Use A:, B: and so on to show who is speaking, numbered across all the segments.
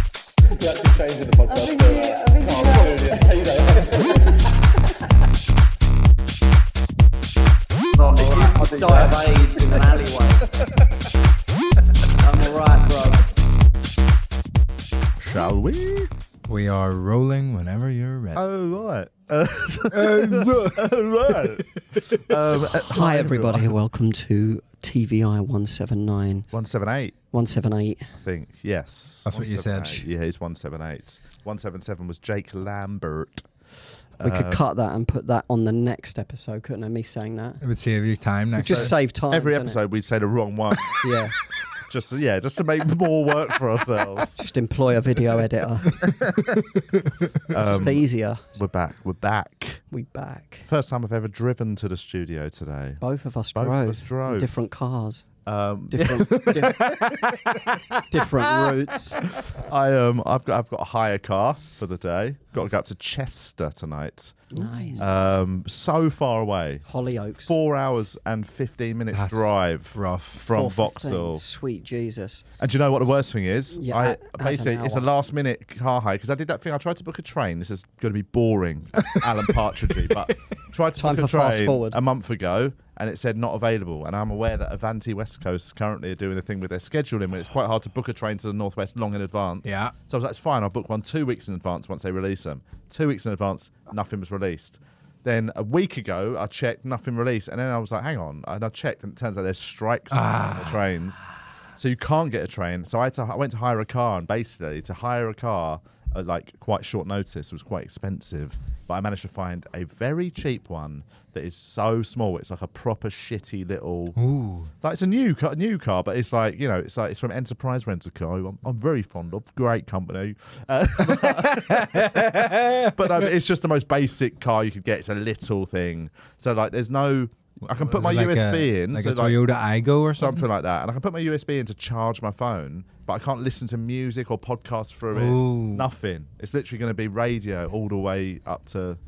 A: actually changing the podcast.
B: think you- I
A: so, uh,
B: think you will.
A: no, I'm doing it. Hey, you know,
C: I'm accused to die of AIDS in an alleyway. I'm alright, bro.
D: Shall we?
E: We are rolling whenever you're ready.
D: All right. Uh, all right. Um, uh,
F: Hi, everybody. Welcome to TVI 179.
D: 178,
F: 178.
D: I think. Yes.
E: That's what you said.
D: 178. Yeah, it's 178. 177 was Jake Lambert.
F: We
D: Uh,
F: could cut that and put that on the next episode, couldn't I? Me saying that.
E: It would save you time next
F: Just
E: time.
F: save time.
D: Every
F: doesn't it?
D: episode, we'd say the wrong one.
F: Yeah.
D: just yeah, just to make more work for ourselves.
F: Just employ a video editor.
D: Um,
F: Just easier.
D: We're back. We're back.
F: We back.
D: First time I've ever driven to the studio today.
F: Both of us
D: Both of
F: drove.
D: us drove.
F: in Different cars.
D: Um,
F: Different. di- different routes.
D: I um, I've got I've got a hire car for the day. Got to go up to Chester tonight.
F: Nice.
D: Um, so far away.
F: Hollyoaks.
D: Four hours and fifteen minutes
E: That's
D: drive
E: rough.
D: from
F: 4:15.
D: Vauxhall.
F: Sweet Jesus.
D: And do you know what the worst thing is?
F: Yeah,
D: I
F: add- add
D: basically
F: an
D: it's a
F: hour.
D: last minute car hire because I did that thing. I tried to book a train. This is going to be boring, Alan Partridgey, but tried to
F: Time
D: book a
F: for fast
D: train
F: forward.
D: a month ago and it said not available. And I'm aware that Avanti West Coast currently are doing a thing with their scheduling where it's quite hard to book a train to the northwest long in advance.
E: Yeah.
D: So I was like, it's fine. I'll book one two weeks in advance once they release them. Two weeks in advance, nothing was released. Then a week ago, I checked, nothing released. And then I was like, hang on. And I checked, and it turns out there's strikes on the trains. So you can't get a train. So I, had to, I went to hire a car, and basically, to hire a car at like quite short notice was quite expensive. But I managed to find a very cheap one that is so small. It's like a proper shitty little
E: Ooh.
D: like it's a new car, new car, but it's like you know, it's like it's from Enterprise Rent a Car. who I'm, I'm very fond of great company, uh, but um, it's just the most basic car you could get. It's a little thing, so like there's no. I can put
E: Was
D: my
E: it like
D: USB
E: a,
D: in,
E: Like
D: so
E: a
D: like-
E: Toyota Igo or something.
D: something like that, and I can put my USB in to charge my phone, but I can't listen to music or podcasts through
E: Ooh.
D: it. Nothing. It's literally going to be radio all the way up to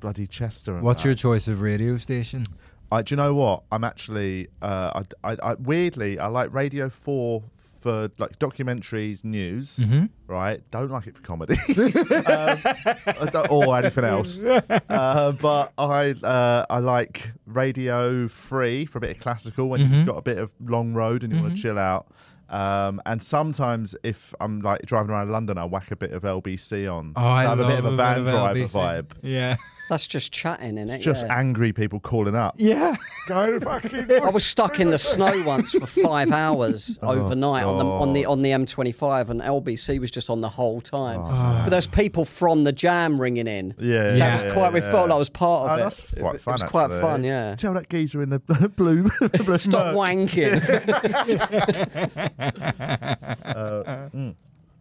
D: bloody Chester. And
E: What's
D: that.
E: your choice of radio station?
D: I, do you know what? I'm actually, uh, I, I, I, weirdly, I like Radio 4 for like documentaries, news, right? Don't like it for comedy um, I don't- or anything else. Uh, but I, uh, I like Radio 3 for a bit of classical when you've got a bit of long road and you want to chill out. Um, and sometimes if I'm like driving around London, I whack a bit of LBC on.
E: Oh,
D: So
E: I
D: have a bit
E: love
D: of a van driver
E: LBC.
D: vibe.
E: Yeah.
F: That's just chatting, in it?
D: It's just angry people calling up.
E: Yeah.
D: Go fucking
F: I was stuck in the snow once for five hours
D: Oh,
F: overnight on the on the on the M25, and LBC was just on the whole time. But there's people from the jam ringing in.
D: Oh. Ah. Yeah,
F: so
E: Yeah.
F: that was quite. We felt I was part of
D: Oh,
F: it.
D: that's
F: It-
D: quite fun.
F: It was quite
D: actually.
F: fun. Yeah.
D: Tell that geezer in the blue. blue
F: Stop
D: smoke.
F: wanking.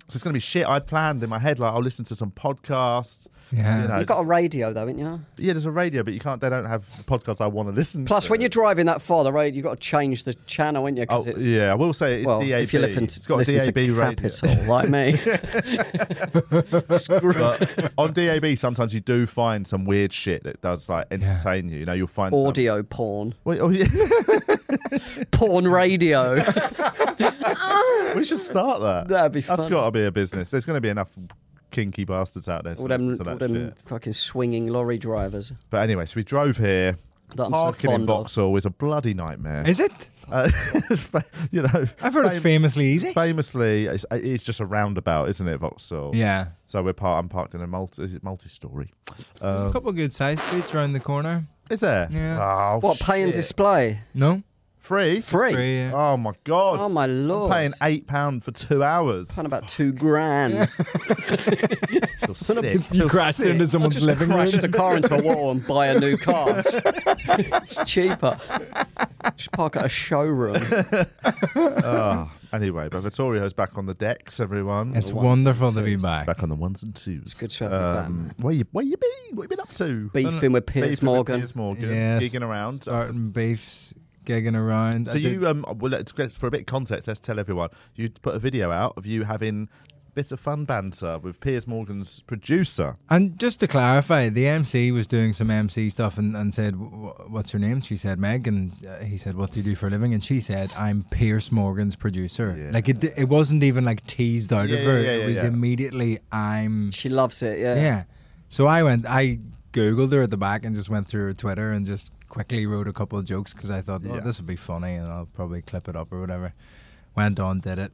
D: So it's gonna be shit. I planned in my head like I'll listen to some podcasts.
E: Yeah.
D: you know,
F: You've got a radio though, haven't you?
D: yeah. There's a radio, but you can't. They don't have the podcasts I want to listen.
F: Plus,
D: to.
F: when you're driving that far, the radio, you've got to change the channel, haven't you?
D: Oh,
F: Because it's
D: yeah, I will say it's
F: well,
D: DAB.
F: if you're listening to,
D: it's got a
F: listen
D: DAB
F: to
D: radio.
F: capital like me, Screw-
D: But on DAB, sometimes you do find some weird shit that does like entertain you. You know, you'll find some-
F: audio porn,
D: Wait, oh, yeah.
F: porn radio.
D: we should start that.
F: That'd be
D: That's
F: fun.
D: got to be a business. There's going to be enough kinky bastards out there. To
F: all them,
D: listen to that
F: all them
D: shit.
F: fucking swinging lorry drivers.
D: But anyway, so we drove here.
F: That I'm so
D: Parking in
F: fond of.
D: Vauxhall is a bloody nightmare.
E: Is it?
D: Uh, it's fa- you know,
E: I've heard it's
D: fam-
E: famously easy.
D: famously, it's, it's just a roundabout, isn't it, Vauxhall?
E: yeah.
D: So we're part. I'm parked in a multi. Is it multi-story?
E: a couple of good side streets around the corner.
D: Is there?
E: Yeah.
D: Oh,
F: What pay and
D: shit.
F: display?
E: No?
D: Free.
F: Free.
E: Free, yeah.
D: Oh my god.
F: Oh my lord.
D: I'm paying eight pound for two hours.
F: Paying about two grand.
D: Feel sick.
E: You
D: Feel
E: crashed
D: sick.
E: into
F: I'll
E: someone's
F: just
E: living
F: crash
E: room.
F: the car into a wall and buy a new car. it's cheaper. Just park at a showroom.
D: Oh, anyway, but Vittorio's back on the decks, everyone.
E: It's
D: Ones and
E: wonderful to be
D: twos.
E: back.
D: Back on the ones and twos. It's
F: good to have you back, man.
D: Where you where you been? What you been up to?
F: Beefing with Piers
D: Beefing with
F: Morgan.
D: Piers Morgan.
E: Yes.
D: Gigging around.
E: Starting beefs, gigging around. I
D: So
E: did-
D: you, um, well, let's, let's- for a bit of context, let's tell everyone. You put a video out of you having bit of fun banter with Piers Morgan's producer.
E: And just to clarify, the MC was doing some MC stuff and, and said, "Wh- wh- What's her name? She said, Meg. And uh, he said, What do you do for a living? And she said, I'm Pierce Morgan's producer.
D: Yeah.
E: Like, it, d- it wasn't even like teased out
D: Yeah,
E: of
D: yeah,
E: her.
D: yeah,
E: it
D: yeah,
E: was
D: yeah.
E: immediately, I'm.
F: She loves it. Yeah.
E: Yeah. So I went, I Googled her at the back and just went through her Twitter and just quickly wrote a couple of jokes because I thought, oh, this would be
D: Yes.
E: funny and I'll probably clip it up or whatever. Went on, did it.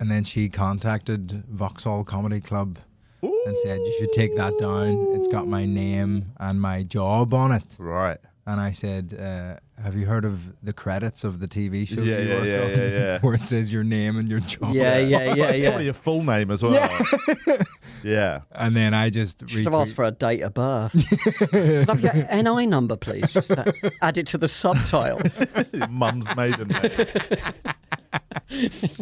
E: And then she contacted Vauxhall Comedy Club and said, You should take that down. It's got my name and my job on it.
D: Right.
E: And I said, uh, Have you heard of the credits of the TV show?
D: Yeah,
E: you
D: yeah,
E: work
D: yeah,
E: on?"
D: yeah, yeah.
E: Where it says your name and your job.
F: Yeah. Yeah. Yeah. Yeah.
D: Probably your full name as well. Yeah.
E: And then I just
F: Should have asked
E: retweet-
F: for a date of birth. Could I have your NI number, please? Just to add it to the subtitles.
D: Your mum's maiden name.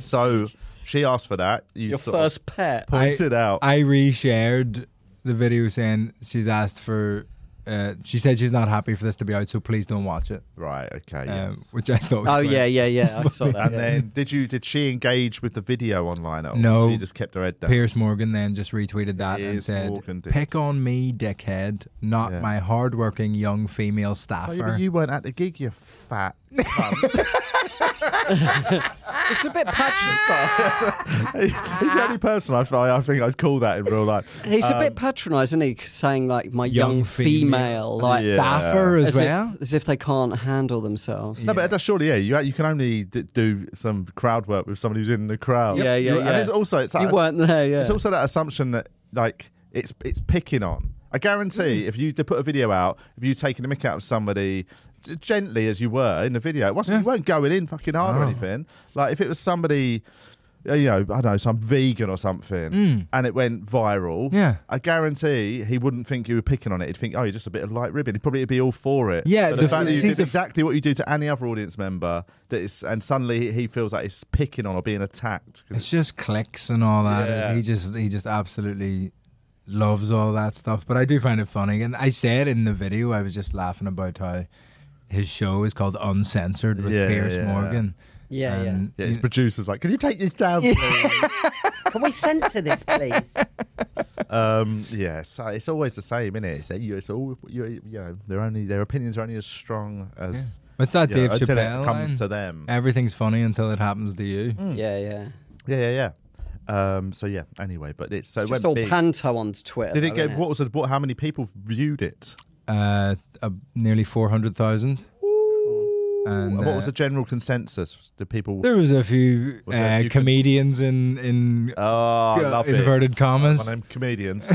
D: so she asked for that. You
F: Your
D: sort
F: first pet.
D: of pointed out.
E: I reshared the video saying she's asked for. Uh, she said she's not happy for this to be out, so please don't watch it.
D: right. Okay.
E: Um,
D: yes.
E: which I thought. Was
F: Oh
E: quite-
F: yeah, yeah, yeah. I saw that.
D: and
F: yeah.
D: then did you did she engage with the video online at all?
E: No.
D: She just kept her head down.
E: Piers Morgan then just retweeted that and
D: Piers
E: said,
D: Morgan did.
E: "Pick on me, dickhead, not
D: Yeah.
E: my hardworking young
D: Oh,
E: female
D: yeah, but
E: staffer."
D: you weren't at the gig, you fat. cunt.
F: It's a bit patron.
D: He's the only person I, I think I'd call that in real life.
F: He's a bit patronising, isn't he? Saying like my young,
E: young
F: female,
E: female.
F: like
D: Yeah.
E: Staffer as
F: as,
E: well.
F: if, as if they can't handle themselves.
D: No, but that's surely yeah. You you can only d- do some crowd work with somebody who's in the crowd.
F: Yeah, yeah,
D: You- And
F: yeah.
D: it's also it's
F: You
D: that,
F: weren't there, yeah.
D: it's also that assumption that like it's it's picking on. I guarantee
E: Mm.
D: if you d- put a video out, if you taking the mick out of somebody g- gently as you were in the video, it wasn't, you weren't going in fucking hard or anything. Like if it was somebody. uh, You know, I don't know some vegan or something, and it went viral.
E: Mm. Yeah.
D: I guarantee he wouldn't think you were picking on it. He'd think, "Oh, you're just a bit of light ribbon." He'd probably be all for it.
E: Yeah,
D: but the,
E: the-
D: fact that you
E: see,
D: did
E: the-
D: exactly what you do to any other audience member that is, and suddenly he- he feels like he's picking on or being attacked. 'cause
E: It's just clicks and all that.
D: Yeah.
E: He just he just absolutely loves all that stuff. But I do find it funny, and I said in the video I was just laughing about how his show is called Uncensored with
D: Yeah,
E: Pierce
D: yeah.
E: Morgan.
B: Yeah, yeah.
E: And
D: yeah, his producer's like, "Can you take this down?" please?"
B: Can we censor this, please?
D: um, yeah, so it's always the same, isn't it? It's, that you- it's all you, you know. They're only their opinions are only as strong as
E: What's that
D: you know,
E: Dave
D: until
E: Chappelle
D: it comes
E: line?
D: to them.
E: Everything's funny until it happens to you.
B: Mm.
F: yeah, yeah.
D: Yeah, yeah, yeah. Um, so yeah. Anyway, but it's so it
F: Just
D: went
F: all
D: big.
F: panto on Twitter.
D: Did it
F: though,
D: get
F: innit?
D: what was it? What? How many people viewed it?
E: Uh, uh, nearly four hundred thousand.
D: And
E: And
D: what was
E: uh,
D: the general consensus? Did people?
E: There was a few
D: Was there a
E: uh,
D: few-
E: comedians in in
D: Oh, I
E: uh,
D: love it.
E: inverted commas.
D: One of them comedians.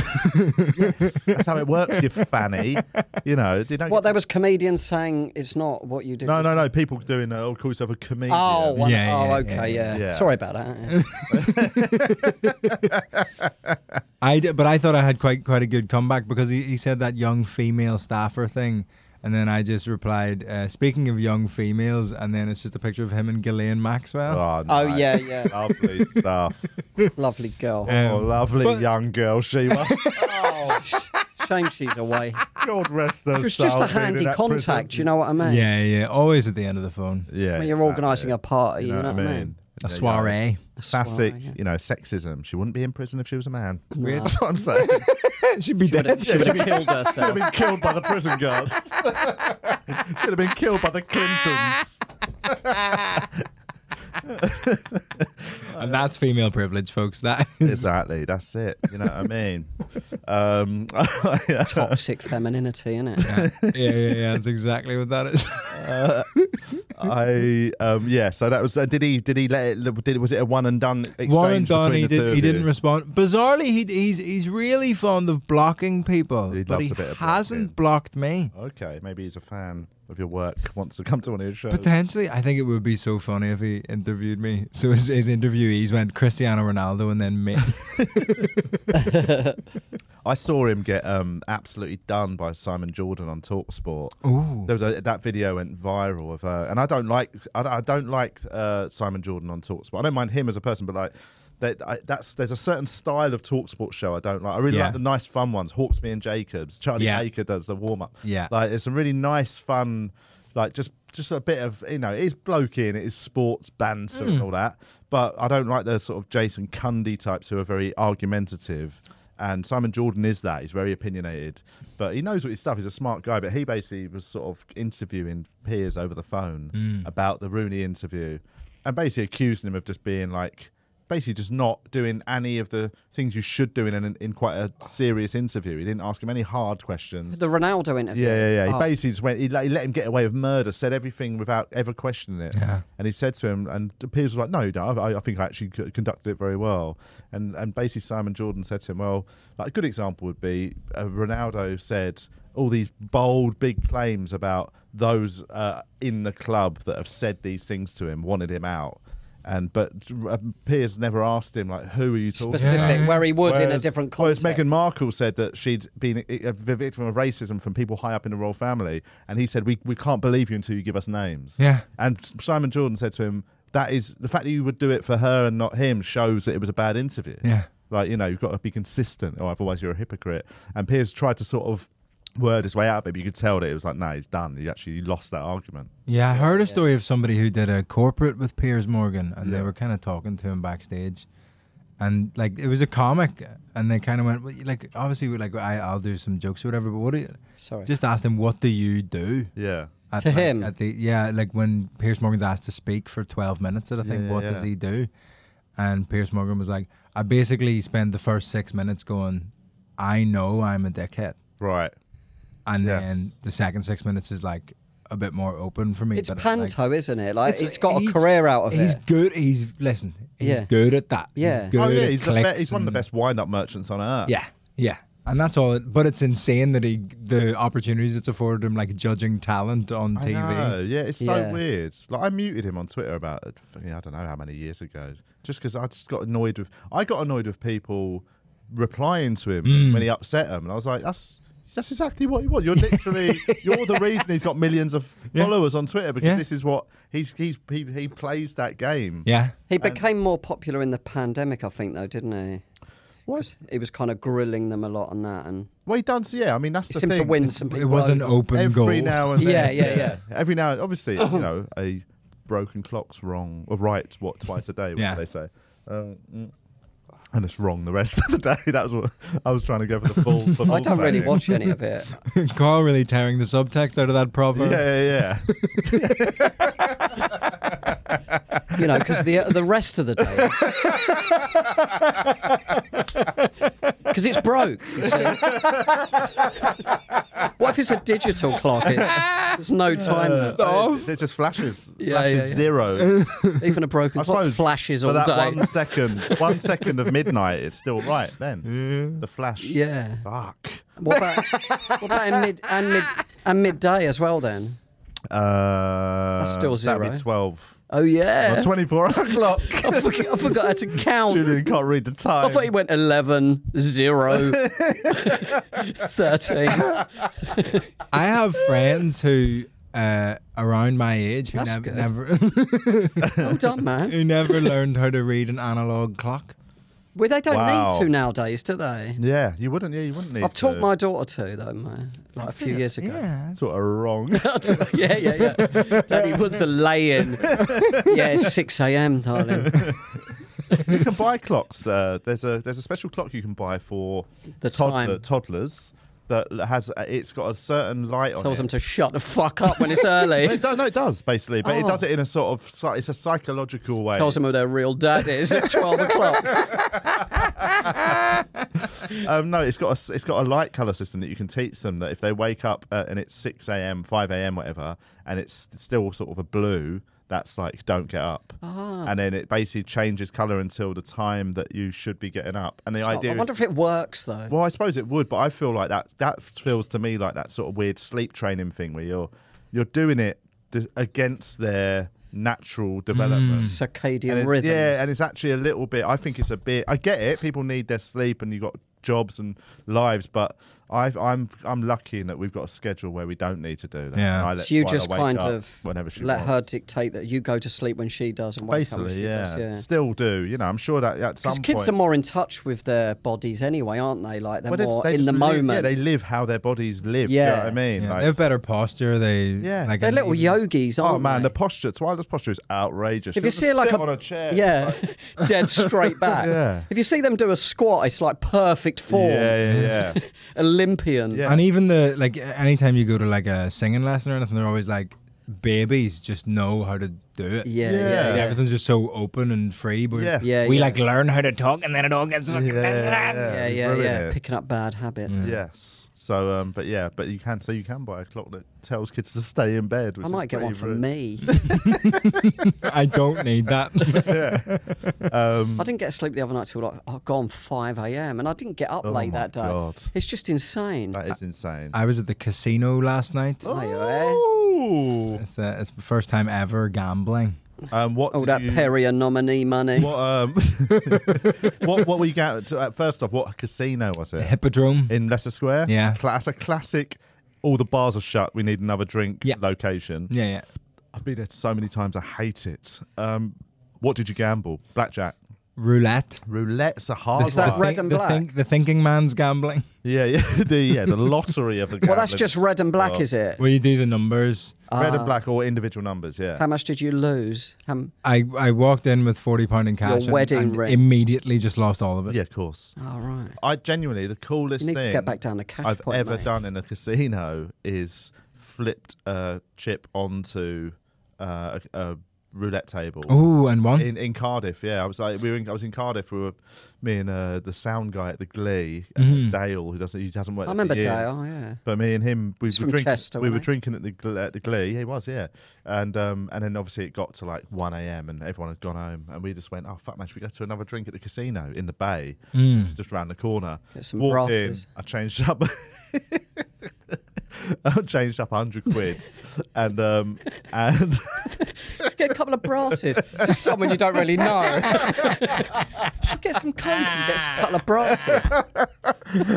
D: That's how it works, you fanny. You know, they don't
F: What there was comedians saying it's not what you do.
D: no, no, no. People doing, uh, oh, call yourself a comedian.
F: Oh, one-
E: Yeah,
F: oh,
E: yeah,
F: okay, yeah,
E: yeah,
D: yeah.
F: Sorry about that. yeah.
E: I did, but I thought I had quite quite a good comeback because he, he said that young female staffer thing, and then I just replied, uh, "Speaking of young females," and then it's just a picture of him and Gillian Maxwell.
D: Oh,
F: Oh,
D: nice.
F: yeah, yeah.
D: Lovely stuff.
F: Lovely girl.
E: Um,
D: oh, lovely young girl she was.
F: Oh, sh- shame she's away.
D: God rest her
F: It was just
D: soul,
F: a
D: being in
F: handy
D: that
F: contact.
D: prison.
F: You know what I mean?
E: Yeah, yeah, always at the end of the phone.
D: Yeah.
F: When you're
D: exactly.
F: organising a party, you know, what I mean.
D: Yeah,
E: A
D: yeah.
E: soiree.
D: Classic,
F: Soiree, yeah.
D: you know, sexism. She wouldn't be in prison if she was a man.
F: No.
D: That's what I'm saying.
E: She'd be dead.
F: She would have killed herself.
D: She'd have been killed by the prison guards. She'd have been killed by the Clintons.
E: and that's female privilege, folks. That is
D: Exactly. That's it. You know what I mean? Um, yeah.
F: Toxic femininity, innit? it?
E: yeah, yeah, yeah. That's exactly what that is.
D: I um, yeah. So that was. Uh, did he? Did he let it? Did was it a one and done? Exchange
E: Warren
D: between
E: Dunn, he
D: the two
E: did.
D: of
E: He
D: you?
E: didn't respond. Bizarrely, he, he's he's really fond of blocking people,
D: He
E: but
D: loves
E: he
D: a bit of
E: hasn't blocked me.
D: Okay, maybe he's a fan of your work. Wants to come to one of your shows.
E: Potentially, I think it would be so funny if he interviewed me. So his, his interviewees went Cristiano Ronaldo and then me.
D: I saw him get um, absolutely done by Simon Jordan on Talksport.
E: Ooh.
D: There was a, that video went viral of, uh, and I don't like I, don't- I don't like uh, Simon Jordan on Talksport. I don't mind him as a person, but like. That, I, that's there's a certain style of Talksport show I don't like. I really
E: Yeah.
D: like the nice fun ones. Hawksby and Jacobs, Charlie
E: Yeah.
D: Baker does the warm up.
E: Yeah.
D: like there's some really nice fun, like just just a bit of you know it is blokey and it is sports banter and all that. But I don't like the sort of Jason Cundy types who are very argumentative. And Simon Jordan is that. He's very opinionated, but he knows what his stuff. He's a smart guy. But he basically was sort of interviewing peers over the phone about the Rooney interview, and basically accusing him of just being like, basically just not doing any of the things you should do in an, in quite a serious interview. He didn't ask him any hard questions.
F: The Ronaldo interview.
D: Yeah, yeah, yeah. He
F: Oh,
D: basically just went. He let, he let him get away with murder. Said everything without ever questioning it. Yeah. And he said to him, and Piers was like, "No, no, I, I think I actually c- conducted it very well." And and basically Simon Jordan said to him, "Well, like a good example would be uh, Ronaldo said all these bold, big claims about those uh, in the club that have said these things to him, wanted him out." And but uh, Piers never asked him like, "Who are you talking
F: specific
D: about?"
F: where he would in a
D: Whereas-
F: different
D: Whereas
F: context.
D: Meghan Markle said that she'd been a a victim of racism from people high up in the royal family, and he said, "We we can't believe you until you give us names."
E: Yeah.
D: And Simon Jordan said to him, "That is the fact that you would do it for her and not him shows that it was a bad interview."
E: Yeah.
D: Like you know, you've got to be consistent, or otherwise you're a hypocrite. And Piers tried to sort of word his way out, but you could tell that it was like, "No, he's done. You actually lost that argument."
E: Yeah, I heard a story of somebody who did a corporate with Piers Morgan, and they were kind of talking to him backstage, and like it was a comic, and they kind of went well, you- like, obviously, we like I, I'll do some jokes or whatever, but what do you?
F: Sorry.
E: Just asked him, what do you do?
D: Yeah.
E: At,
F: To
E: like,
F: him?
E: at the, yeah, like when Piers Morgan's asked to speak for twelve minutes, and I think,
D: Yeah,
E: what
D: yeah.
E: does he do? And Piers Morgan was like, I basically spend the first six minutes going, I know I'm a dickhead,
D: Right.
E: and
D: Yes.
E: then the second six minutes is like a bit more open for me.
F: It's
E: but it, like-
F: panto, isn't it? Like it's got a
E: he's-
F: career out of
E: He's
F: it.
E: good. He's listen. He's
F: Yeah.
E: good at that.
F: Yeah.
E: He's good
D: oh yeah,
E: at
D: he's, the be-
E: clicks
D: he's one of the
E: and-
D: best wind-up merchants on earth.
E: Yeah, yeah. And that's all. It, but it's insane that he the opportunities it's afforded him, like judging talent on
D: I know,
E: TV.
D: yeah, it's
F: Yeah.
D: so weird. Like I muted him on Twitter about uh, fucking, I don't know how many years ago, just because I just got annoyed with I got annoyed with people replying to him
E: Mm.
D: when he upset them, and I was like, that's. That's exactly what you want. You're literally you're the reason he's got millions of
E: Yeah.
D: followers on Twitter because
E: Yeah.
D: this is what he's he's he, he plays that game.
E: Yeah,
F: He became more popular in the pandemic, I think, though, didn't he?
D: What?
F: He was kind of grilling them a lot on that, and
D: Well, he does. Yeah, I mean that's
F: he
D: the
F: seemed
D: thing.
F: to win some people.
E: it was an
F: over.
E: open
D: every
E: goal.
D: now and then.
F: Yeah, yeah, Uh-huh. yeah.
D: Every now, obviously, you know, a broken clock's wrong or right. What twice a day? What
E: Yeah.
D: do they say? Um, mm. and it's wrong the rest of the day. That was what I was trying to go for the full. The
F: I
D: full
F: don't really
D: thing.
F: watch any of it.
E: Carl really tearing the subtext out of that proverb.
D: Yeah, yeah, yeah.
F: you know, because the the rest of the day, because it's broke. You see, what if it's a digital clock? It, there's no
D: Uh,
F: time.
D: It, it just flashes.
F: Yeah,
D: flashes
F: yeah, yeah.
D: zero.
F: Even a broken
D: I
F: clock
D: suppose
F: flashes
D: for
F: all
D: that
F: day.
D: one second, one second of midnight is still right. Then the flash.
F: Yeah.
D: Fuck.
F: What about, what about in mid and mid and midday as well? Then.
D: Uh,
F: still
D: That'd
F: zero.
D: be twelve.
F: Oh yeah. Oh,
D: Or Twenty-four o'clock.
F: I forgot, I forgot how to count.
D: Julian can't read the time.
F: I thought he went 11, 0, 13.
E: I have friends who uh, around my age who
F: That's
E: nev-
F: good.
E: never
F: Well done, man.
E: who never learned how to read an analog clock.
F: Well, they don't
D: Wow.
F: need to nowadays, do they?
D: Yeah, you wouldn't. Yeah, you wouldn't need.
F: I've
D: to.
F: taught my daughter to though, man, like a few years ago.
E: Yeah.
D: sort of wrong.
F: yeah, yeah, yeah. Daddy puts a lay in. Yeah, it's six a.m., darling.
D: you can buy clocks. Uh, there's a there's a special clock you can buy for
F: The
D: toddler,
F: time.
D: toddlers that has uh, it's got a certain light on
F: Tells
D: it.
F: them to shut the fuck up when it's early.
D: it do- no, it does basically, but it
F: Oh.
D: does it in a sort of psy- it's a psychological way.
F: Tells them who their real dad is at twelve o'clock.
D: Um, no, it's got a s- it's got a light color system that you can teach them that if they wake up uh, and it's six a.m., five a.m., whatever, and it's still sort of a blue, that's like don't get up,
F: Ah.
D: and then it basically changes color until the time that you should be getting up. And the idea
F: I wonder
D: is
F: if it works though.
D: Well, I suppose it would, but I feel like that that feels to me like that sort of weird sleep training thing where you're you're doing it d- against their natural
F: Mm.
D: development. And
F: Circadian
D: it-
F: rhythm.
D: yeah, and it's actually a little bit. I think it's a bit. I get it. People need their sleep, and you have got jobs and lives, but I've, I'm I'm lucky in that we've got a schedule where we don't need to do that.
E: Yeah.
D: And I let
F: So you
D: Twyla
F: just
D: wake
F: kind
D: up
F: of
D: whenever she
F: let
D: wants.
F: her dictate that you go to sleep when she does and wake up when
D: basically,
F: she
D: yeah.
F: does. Yeah.
D: Still do, you know? I'm sure that at some
F: Because kids
D: point,
F: are more in touch with their bodies anyway, aren't they? Like they're
D: Well, it's-
F: more
D: they
F: in the
D: just live-
F: moment.
D: Yeah, they live how their bodies live. you know
F: Yeah.
D: what I mean,
E: Yeah,
D: Like,
E: they have better posture. They
D: Yeah.
E: like
F: They're
E: an
F: little
E: even-
F: yogis, aren't
D: Oh man,
F: they?
D: the posture, Twyla's posture is outrageous.
F: if you
D: She'll
F: see
D: just
F: like
D: sit
F: a
D: on a chair,
F: yeah,
D: like-
F: dead straight back.
D: Yeah.
F: If you see them do a squat, it's like perfect form,
D: yeah, yeah, yeah.
F: Olympian.
D: Yeah.
E: And even the like, a- anytime you go to like a singing lesson or anything, they're always like, babies just know how to do it.
F: yeah,
D: Yeah.
F: yeah.
E: Like,
D: Yeah.
E: everything's just so open and free. But
D: Yes.
F: Yeah,
E: we
F: yeah.
E: like learn how to talk, and then it all gets fucking.
D: Yeah.
F: yeah,
D: you
F: yeah,
D: ruin
F: yeah.
D: it.
F: Picking up bad habits.
D: Yes. So, um, but yeah, but you can. So you can buy a clock that tells kids to stay in bed. Which
F: I
D: is
F: might get one
D: pretty
F: for
D: rude.
F: me.
E: I don't need that.
F: I didn't get sleep the other night till like oh, gone five a.m. and I didn't get up
D: Oh
F: late
D: my
F: that day.
D: God.
F: It's just insane.
D: That is insane.
E: I was at the casino last night.
F: Oh, yeah.
D: Oh.
E: It's, uh, it's the first time ever gambling.
D: Um, what?
F: All
D: did
F: Oh, that
D: you,
F: Perrier nominee money.
D: What? Um, what? What were you get? Uh, first off, what casino was
E: The
D: it?
E: hippodrome.
D: In Leicester Square.
E: Yeah.
D: Cla- That's a classic. All the bars are shut. We need another drink.
E: Yeah.
D: Location.
E: yeah, yeah.
D: I've been there so many times. I hate it. Um, what did you gamble? Blackjack.
E: Roulette.
D: Roulette's a hard
F: Is that
D: one.
F: red and
E: the
F: black?
E: the thinking man's gambling.
D: Yeah, yeah, the yeah, the lottery of the.
F: well, that's
D: gambling.
F: just red and black, is it?
E: Where you do the numbers.
D: red and black or individual numbers. Yeah.
F: Ah. How much did you lose? How m-
E: I, I walked in with forty pound in cash. and-
F: wedding
E: and
F: ring.
E: Immediately just lost all of it.
D: yeah, of course.
F: All right.
D: I genuinely the coolest
F: You need to
D: thing
F: get back down to cash
D: I've
F: point,
D: ever
F: mate.
D: done in a casino is flipped a chip onto uh, a, a roulette table.
E: Ooh, and one.
D: In, in Cardiff, yeah, I was like, we were in, I was in Cardiff. We were me and uh, the sound guy at the Glee, uh, Dale, who doesn't, who hasn't worked.
F: I
D: there for
F: remember
D: years.
F: Dale, yeah.
D: But me and him, we were
F: from
D: drinking.
F: Chester,
D: we were
F: wasn't he?
D: drinking at the Gl- at the Glee. He was, yeah. And um, and then obviously it got to like one a.m. and everyone had gone home, and we just went, oh fuck, man, should we go to another drink at the casino in the Bay, It's just, round the corner?
F: Get some
D: Walked in,
F: brasses.
D: I changed up. I changed up hundred quid, and um, and
F: Get a couple of brasses to someone you don't really know. Should get some coke and get a couple of brasses.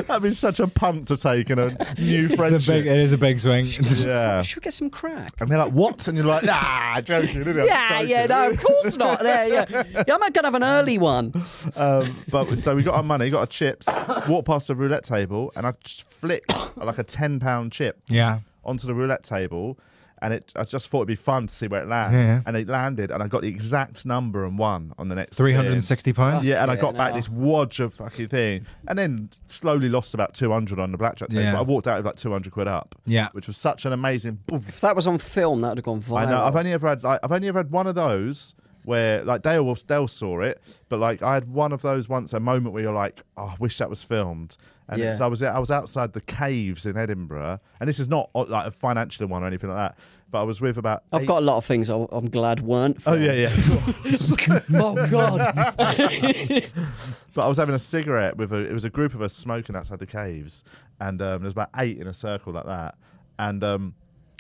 D: that'd be such a punt to take in a new
E: It's a
D: friendship.
E: big, it is a big swing.
D: yeah.
F: Should get some crack.
D: And they're like, what? And you're like, nah, joking, isn't it?
F: Yeah, yeah, no, of course not. There, yeah. yeah. I'm not gonna have an early one.
D: Um, but so we got our money, got our chips, walked past the roulette table, and I just flicked like a ten pound chip
E: yeah.
D: onto the roulette table, and it. I just thought it'd be fun to see where it lands,
E: Yeah, yeah.
D: and it landed, and I got the exact number and won on the next
E: Three hundred and
D: spin.
E: sixty pounds.
D: Yeah, and I
F: Yeah,
D: got back
F: no.
D: this wodge of fucking thing, and then slowly lost about two hundred on the blackjack table.
E: Yeah.
D: I walked out with like two hundred quid up,
E: Yeah.
D: which was such an amazing.
F: If that was on film, that would have gone viral.
D: I know. I've only ever had like I've only ever had one of those where like Dale was- Dale saw it, but like I had one of those once a moment where you're like, oh, I wish that was filmed. And
F: Yeah.
D: it's- I was I was outside the caves in Edinburgh, and this is not uh, like a financial one or anything like that. But I was with about.
F: I've
D: eight-
F: got a lot of things I- I'm glad weren't.
D: Oh
F: filmed.
D: yeah, yeah.
F: Oh God.
D: But I was having a cigarette with a. It was a group of us smoking outside the caves, and um, there was about eight in a circle like that, and um,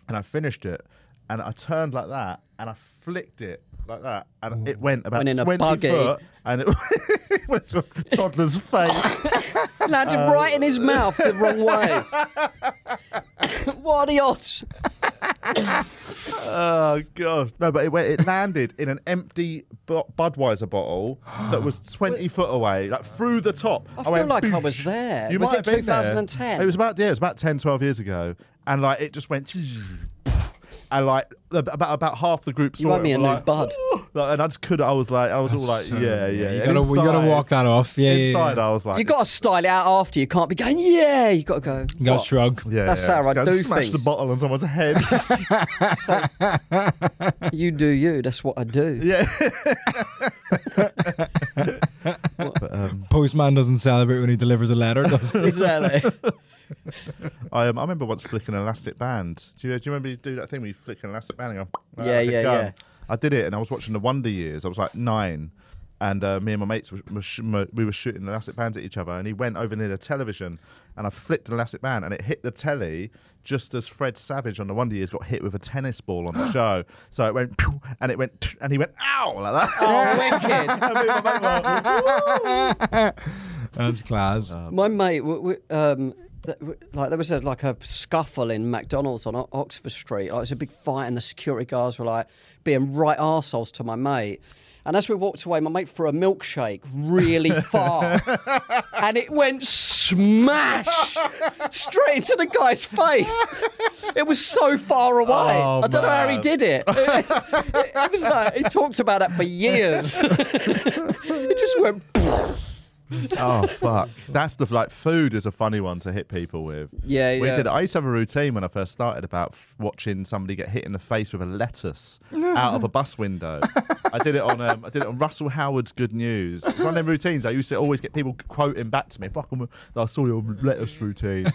D: and I finished it, and I turned like that, and I flicked it like that, and it went about
F: Oh. Went in a
D: twenty
F: buggy.
D: foot, and it went to a toddler's face.
F: landed
D: Uh,
F: right in his mouth the wrong way. what are the odds?
D: oh god, no! But it went. It landed in an empty Bu- Budweiser bottle that was twenty foot away, like through the top.
F: I, feel
D: went,
F: like I
D: "Boosh."
F: was there.
D: You
F: was
D: might
F: it
D: have been there.
F: 2010?
D: It was about yeah, it was about 10, 12 years ago, and like it just went, and like ab- about about half the group saw
F: You
D: it
F: owe me a
D: and
F: new
D: were like,
F: bud.
D: like, and I just could. I was like, I was all like,
E: So,
D: yeah, yeah.
E: You
D: And
E: gotta, you gotta
D: inside-
E: walk that off. Yeah, yeah,
D: Inside,
E: yeah.
D: I was like,
F: you got to style it out after. You can't be going, yeah. You got to go.
E: You gotta
F: "What?"
E: shrug.
D: Yeah,
F: That's
D: yeah.
F: how I
D: Just go
F: do
D: Smash the
F: things.
D: bottle on someone's head.
F: You do you. That's what I do.
D: yeah,
E: Postman doesn't celebrate when he delivers a letter, does he?
F: Exactly.
D: I, um, I remember once flicking an elastic band. Do you, do you remember you do that thing where you flick an elastic band? And go,
F: Yeah,
D: like a
F: yeah,
D: gun?
F: yeah.
D: I did it, and I was watching the Wonder Years. I was like nine, and uh, me and my mates were, were sh- m- we were shooting elastic bands at each other. And he went over near the television, and I flicked an elastic band, and it hit the telly just as Fred Savage on the Wonder Years got hit with a tennis ball on the show. So it went, pew, and it went, and he went, ow, like
F: oh, wicked.
D: that. And me and my mate were like,
E: That's class.
F: My mate, w- w- um, that- like there was a, like a scuffle in McDonald's on O- Oxford Street. Like, it was a big fight, and the security guards were like being right arseholes to my mate. And as we walked away, my mate threw a milkshake really far, and it went smash straight into the guy's face. It was so far away.
E: Oh,
F: I don't know how he
E: man.
F: did it. It, it- it was like he talked about that for years. it just went.
D: Oh fuck! That's the like food is a funny one to hit people with.
F: Yeah,
D: We
F: yeah.
D: did. I used to have a routine when I first started about f- watching somebody get hit in the face with a lettuce out of a bus window. I did it on um, I did it on Russell Howard's Good News. It's one of them routines. I used to always get people quoting back to me. Fucking, I saw your lettuce routine.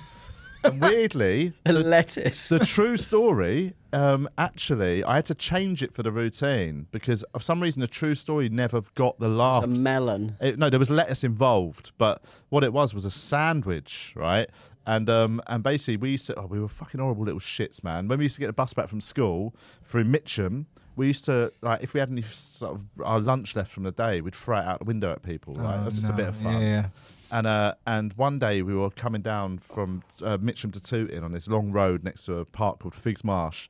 D: and weirdly,
F: lettuce.
D: the true story, um, actually, I had to change it for the routine because for some reason the true story never got the laugh.
F: a melon.
D: It, no, there was lettuce involved, but what it was was a sandwich, right? And um, and basically we used to oh we were fucking horrible little shits, man. When we used to get the bus back from school through Mitcham, we used to like if we had any sort of our lunch left from the day, we'd throw it out the window at people. Right,
E: Oh,
D: it was just
E: no.
D: a bit of fun.
E: Yeah, yeah.
D: And uh, and one day we were coming down from uh, Mitcham to Tooting on this long road next to a park called Figs Marsh,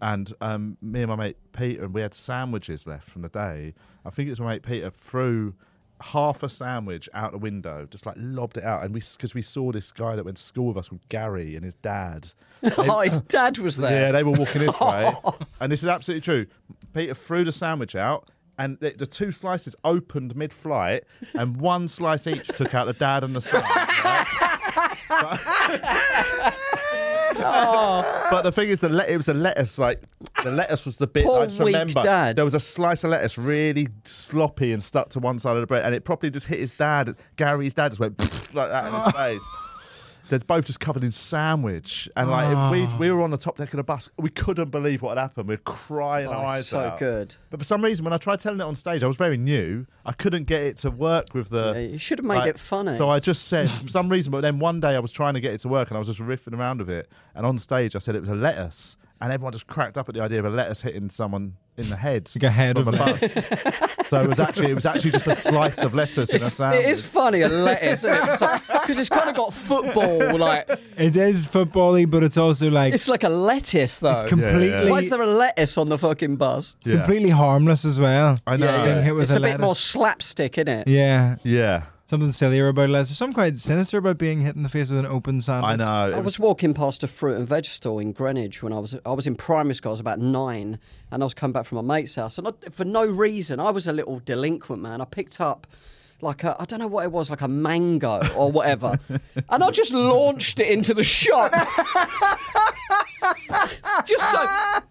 D: and um, me and my mate Peter and we had sandwiches left from the day. I think it was my mate Peter threw half a sandwich out the window, just like lobbed it out, and we because we saw this guy that went to school with us called Gary and his dad.
F: Oh, his dad was there. Oh.
D: Yeah, they were walking this way. And this is absolutely true. Peter threw the sandwich out, and the, the two slices opened mid flight, and one slice each took out the dad and the son. right? But- But the thing is, the let- it was the lettuce. Like the lettuce was the bit
F: Poor
D: I just
F: weak
D: remember.
F: dad.
D: There was a slice of lettuce, really sloppy and stuck to one side of the bread, and it probably just hit his dad. Gary's dad just went like that in his face they're both just covered in sandwich. And like if we we were on the top deck of the bus, we couldn't believe what had happened. We were crying our
F: Oh,
D: eyes
F: so
D: out.
F: good.
D: But for some reason, when I tried telling it on stage, I was very new. I couldn't get it to work with the.
F: Yeah, you should have made
D: like,
F: it funny.
D: So I just said for some reason, but then one day I was trying to get it to work, and I was just riffing around with it. And on stage, I said it was a lettuce, and everyone just cracked up at the idea of a lettuce hitting someone in the head.
E: Like a head
D: from
E: of
D: a bus. so it was actually it was actually just a slice of lettuce in a
F: It's,
D: sandwich.
F: it is funny, a lettuce, because it's kind of got football. Like
E: It is footbally, but it's also like
F: it's like a lettuce though.
E: completely,
D: yeah.
F: Why is there a lettuce on the fucking bus?
D: Yeah.
E: completely harmless as well.
D: I know.
F: Yeah, yeah.
E: Being hit with
F: it's a,
E: a
F: bit
E: lettuce.
F: more slapstick, isn't it?
E: Yeah,
D: yeah.
E: something sillier about it. There's something quite sinister about being hit in the face with an open sandwich.
D: I know. It
F: I was walking past a fruit and veg store in Greenwich when I was I was in primary school. I was about nine, and I was coming back from my mate's house, and I, for no reason, I was a little delinquent man. I picked up. Like a, I don't know what it was, like a mango or whatever, and I just launched it into the shop. just so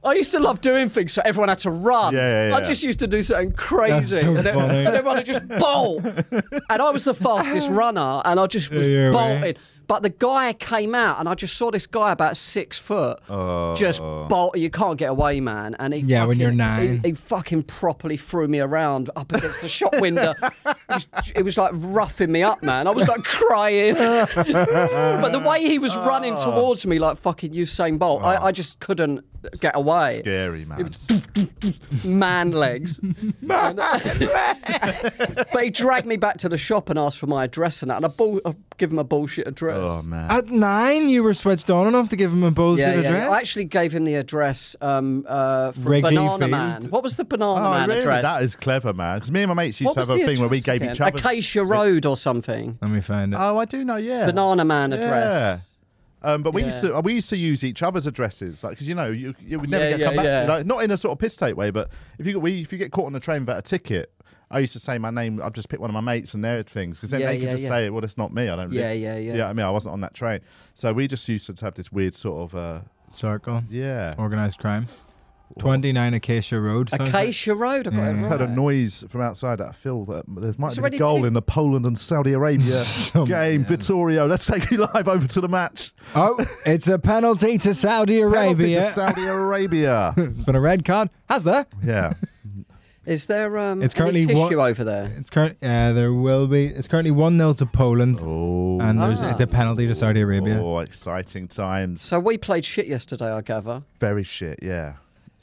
F: I used to love doing things, so everyone had to run.
D: Yeah, yeah,
F: I
D: yeah.
F: just used to do something crazy,
E: so
F: and, then-
E: funny.
F: and everyone would just bolt. And I was the fastest runner, and I just was
E: Yeah, yeah,
F: bolted.
E: right.
F: But the guy came out, and I just saw this guy about six foot just bolt. You can't get away, man. And he
E: Oh. Yeah, when
F: fucking-
E: you're nine.
F: he, he fucking properly threw me around up against the shop window. It was, it was like roughing me up, man. I was like crying. but the way he was running
E: Oh.
F: towards me, like fucking Usain Bolt, I, I just couldn't get away.
D: scary, man.
F: Man legs. Man but he dragged me back to the shop and asked for my address and that, and I, bull- I give him a bullshit address.
D: oh man.
E: At nine, you were switched on enough to give him a bullshit
F: Yeah, yeah,
E: address.
F: yeah. I actually gave him the address um, uh, for
E: Wrigley
F: Banana
E: Field.
F: Man. What was the Banana
D: Oh,
F: Man
D: really?
F: address?
D: That is clever, man. Because me and my mates used
F: what
D: to
F: was
D: have a
F: the
D: thing where we
F: address
D: gave each
F: again?
D: other.
F: Acacia Road or something.
E: Let me find it.
F: uh,
D: Oh, I do know. Yeah.
F: Banana Man
D: Yeah.
F: address.
D: Um, but we used
F: Yeah.
D: to we used to use each other's addresses, like because you know you, you would never
F: Yeah,
D: get
F: yeah,
D: come back
F: yeah.
D: to you, like not in a sort of piss take way, but if you we, if you get caught on the train without a ticket, I used to say my name. I'd just pick one of my mates and their things because then
F: Yeah,
D: they could
F: yeah,
D: just
F: yeah.
D: say, well, it's not me. I don't.
F: Yeah,
D: live-
F: yeah, yeah.
D: Yeah, I mean, I wasn't on that train, so we just used to have this weird sort of uh,
E: Circle.
D: yeah.
E: Organized crime. 29 Acacia Road. sounds like.
F: Acacia Road. I got
E: Yeah.
F: it
D: I just heard Mm. a
F: right.
D: noise from outside that I feel that there might
F: It's
D: be a
F: already
D: goal
F: two-
D: in the Poland and Saudi Arabia
E: Oh,
D: game. Vittorio, let's take you live over to the match.
E: Oh, it's a penalty to Saudi
D: Penalty
E: Arabia.
D: to Saudi Arabia.
E: it's been a red card. Has there?
D: yeah.
F: Is there um,
E: It's
F: any
E: currently
F: tissue
E: one-
F: over there?
E: It's current. Yeah, there will be. It's currently 1 0 to Poland.
D: Oh,
E: And there's,
F: Ah.
E: it's a penalty to Saudi Arabia.
D: oh, exciting times.
F: So we played shit yesterday, I gather.
D: very shit. Yeah.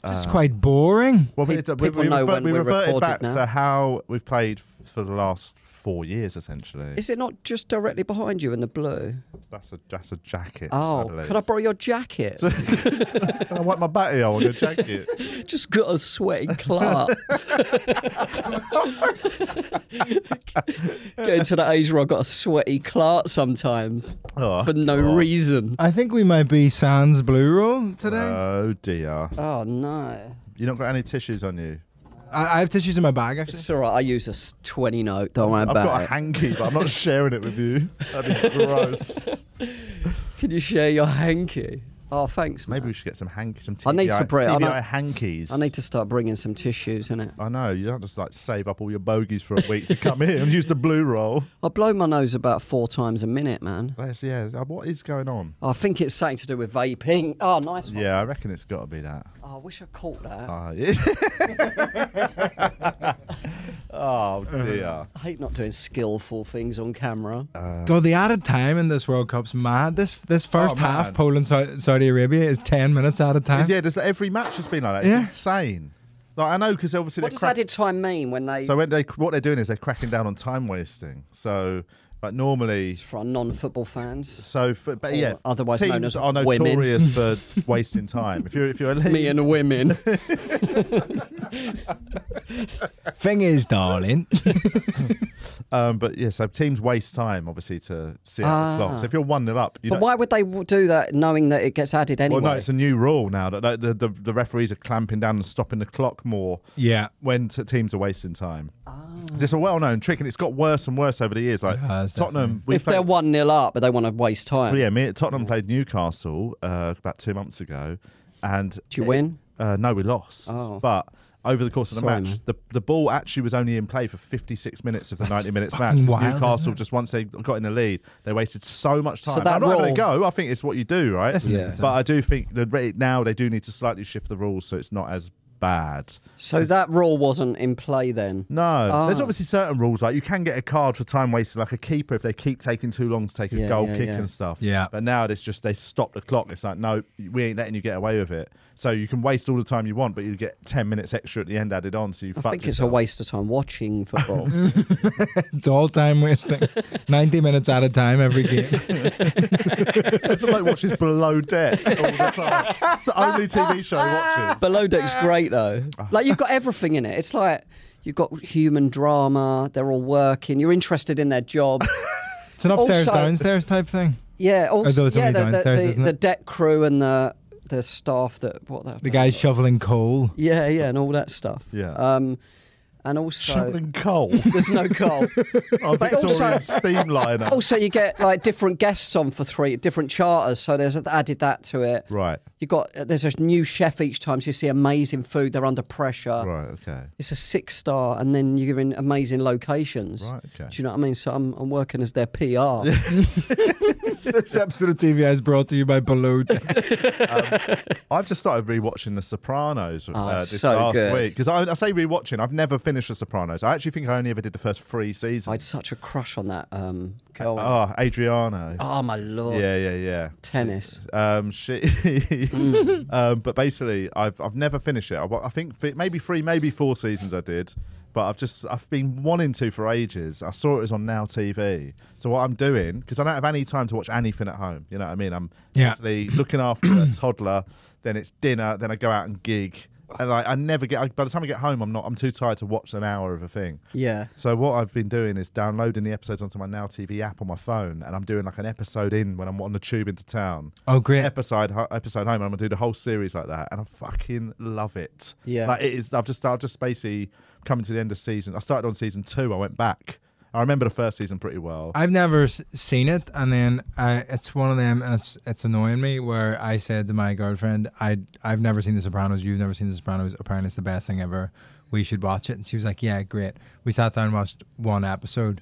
E: It's quite boring.
D: Well,
F: Pe-
D: it's, uh,
F: people know when
D: we
F: we're
D: reverted
F: recorded
D: back
F: now.
D: to how we've played for the last four years essentially.
F: Is it not just directly behind you in the blue?
D: that's a that's a jacket.
F: Oh,
D: I
F: could I borrow your jacket?
D: I wipe my batty on your jacket.
F: just got a sweating Clark. Getting to that age where I've got a sweaty Clark sometimes
D: Oh,
F: for no reason.
E: I think we might be sans blue roll today.
D: oh dear.
F: Oh no.
D: You not got any tissues on you?
E: I, I have tissues in my bag actually.
F: It's all right. I use a s- 20 note. Don't worry
D: I've
F: about
D: got a
F: it.
D: hanky, but I'm not sharing it with you. That'd be gross.
F: Can you share your hanky? Oh, thanks, mate.
D: Maybe we should get some hanky, some TBI,
F: I need to bring- I
D: TBI
F: know-
D: hankies.
F: I need to start bringing some tissues in it.
D: I know you don't just like save up all your bogies for a week to come here and use the blue roll.
F: I blow my nose about four times a minute, man.
D: That's, yeah. uh, What is going on?
F: I think it's something to do with vaping. Oh, nice one.
D: Yeah, I reckon it's got to be that.
F: Oh, I wish I caught that.
D: Uh, yeah. oh dear.
F: I hate not doing skillful things on camera.
D: Uh,
E: God, the added time in this World Cup's mad. This this first
D: Oh,
E: half,
D: man.
E: Poland Sau- Saudi Arabia is ten minutes out of time.
D: Yeah, there's, every match has been like that.
E: Yeah.
D: It's insane. Like I know because obviously
F: what
D: they're
F: does
D: crack-
F: added time mean when they
D: so when they what they're doing is they're cracking down on time wasting. So like normally.
F: for our non-football fans?
D: So, for, but yeah,
F: Or otherwise
D: teams
F: known as
D: are
F: women.
D: notorious for wasting time. If you're if you're a league,
F: Me and women.
E: Thing is, darling,
D: Um, but yeah, so teams waste time obviously to see out the clock. So if you're one nil up, you
F: Ah. but
D: don't-
F: why would they w- do that knowing that it gets added anyway?
D: Well, no, it's a new rule now that like, the, the the referees are clamping down and stopping the clock more
E: yeah,
D: when t- teams are wasting time.
F: Ah.
D: It's a well-known trick, and it's got worse and worse over the years. Like
E: It has,
D: Tottenham, we
F: if they're
D: played-
F: one 0 up, but they want to waste time.
D: yeah, me Tottenham played Newcastle uh, about two months ago, and
F: Do you win?
D: Uh, no, we lost.
F: Oh.
D: But over the course of the
F: Sorry,
D: match,
F: man.
D: the, the ball actually was only in play for 56 minutes of the 90 minutes match.
E: fucking
D: 'cause
E: wild, isn't
D: Newcastle just once they got in the lead, they wasted so much time.
F: that
D: I'm not going
F: rule-
D: to go. I think it's what you do, right?
E: Listen, Yeah. listen.
D: But I do think that re- now they do need to slightly shift the rules so it's not as bad.
F: So that rule wasn't in play then.
D: No,
F: Ah.
D: there's obviously certain rules like you can get a card for time wasted, like a keeper if they keep taking too long to take a
F: Yeah,
D: goal
F: yeah,
D: kick
F: yeah.
D: and stuff.
E: Yeah.
D: But now it's just they stop the clock. It's like no, we ain't letting you get away with it. So you can waste all the time you want, but you get ten minutes extra at the end added on. So you.
F: I think it's a waste of time watching football.
E: it's all time wasting. Ninety minutes out of time every game.
D: It's like watches below deck all the time. It's the only TV show he watches.
F: Below Deck's great though.
D: Ah.
F: Like you've got everything in it. It's like you've got human drama. They're all working. You're interested in their job.
E: It's an upstairs
F: Also-
E: downstairs type thing.
F: yeah. Also,
E: those
F: yeah.
E: only
F: The, the,
E: downstairs,
F: the-
E: isn't
F: the
E: it?
F: deck crew and the the staff that what that
E: The guys shoveling coal.
F: Yeah, yeah, and all that stuff.
D: Yeah.
F: Um, and also
D: Shoveling coal.
F: there's no coal.
D: Oh,
F: But
D: Victorian
F: also- Oh,
D: steamliner.
F: also, you get like different guests on for three different charters. So there's added that to it.
D: Right.
F: You got there's a new chef each time, so you see amazing food. They're under pressure.
D: Right. Okay.
F: It's a six star, and then you're in amazing locations.
D: Right, okay.
F: Do you know what I mean? So I'm, I'm working as their PR.
E: This episode of TVI is brought to you by Below Deck.
D: I've just started rewatching The Sopranos uh,
F: Oh, it's
D: this
F: so
D: last
F: good.
D: week because I, I say rewatching. I've never finished The Sopranos. I actually think I only ever did the first three
F: I had
D: seasons.
F: such a crush on that um, girl. Oh,
D: Oh, Adriano.
F: my lord.
D: Yeah, yeah, yeah.
F: Tennis.
D: Um, she, um, but basically, I've I've never finished it. I, wa- I think fi- maybe three, maybe four seasons I did, but I've just I've been wanting to for ages. I saw it was on Now TV, so what I'm doing because I don't have any time to watch anything at home. You know what I mean? I'm
E: Yeah.
D: basically looking after a toddler, then it's dinner, then I go out and gig, and I, I never get. I, by the time I get home, I'm not. I'm too tired to watch an hour of a thing.
F: Yeah.
D: So what I've been doing is downloading the episodes onto my Now TV app on my phone, and I'm doing like an episode in when I'm on the tube into town.
E: Oh, great.
D: Episode ho- episode home, and I'm gonna do the whole series like that, and I fucking love it.
F: Yeah.
D: like it is. I've just I've just basically coming to the end of season. I started on season two. I went back. I remember the first season pretty well.
E: I've never s- seen it, and then I, it's one of them, and it's it's annoying me. Where I said to my girlfriend, "I I've never seen The Sopranos. You've never seen The Sopranos. Apparently, it's the best thing ever. We should watch it." And she was like, "Yeah, great." We sat down and watched one episode,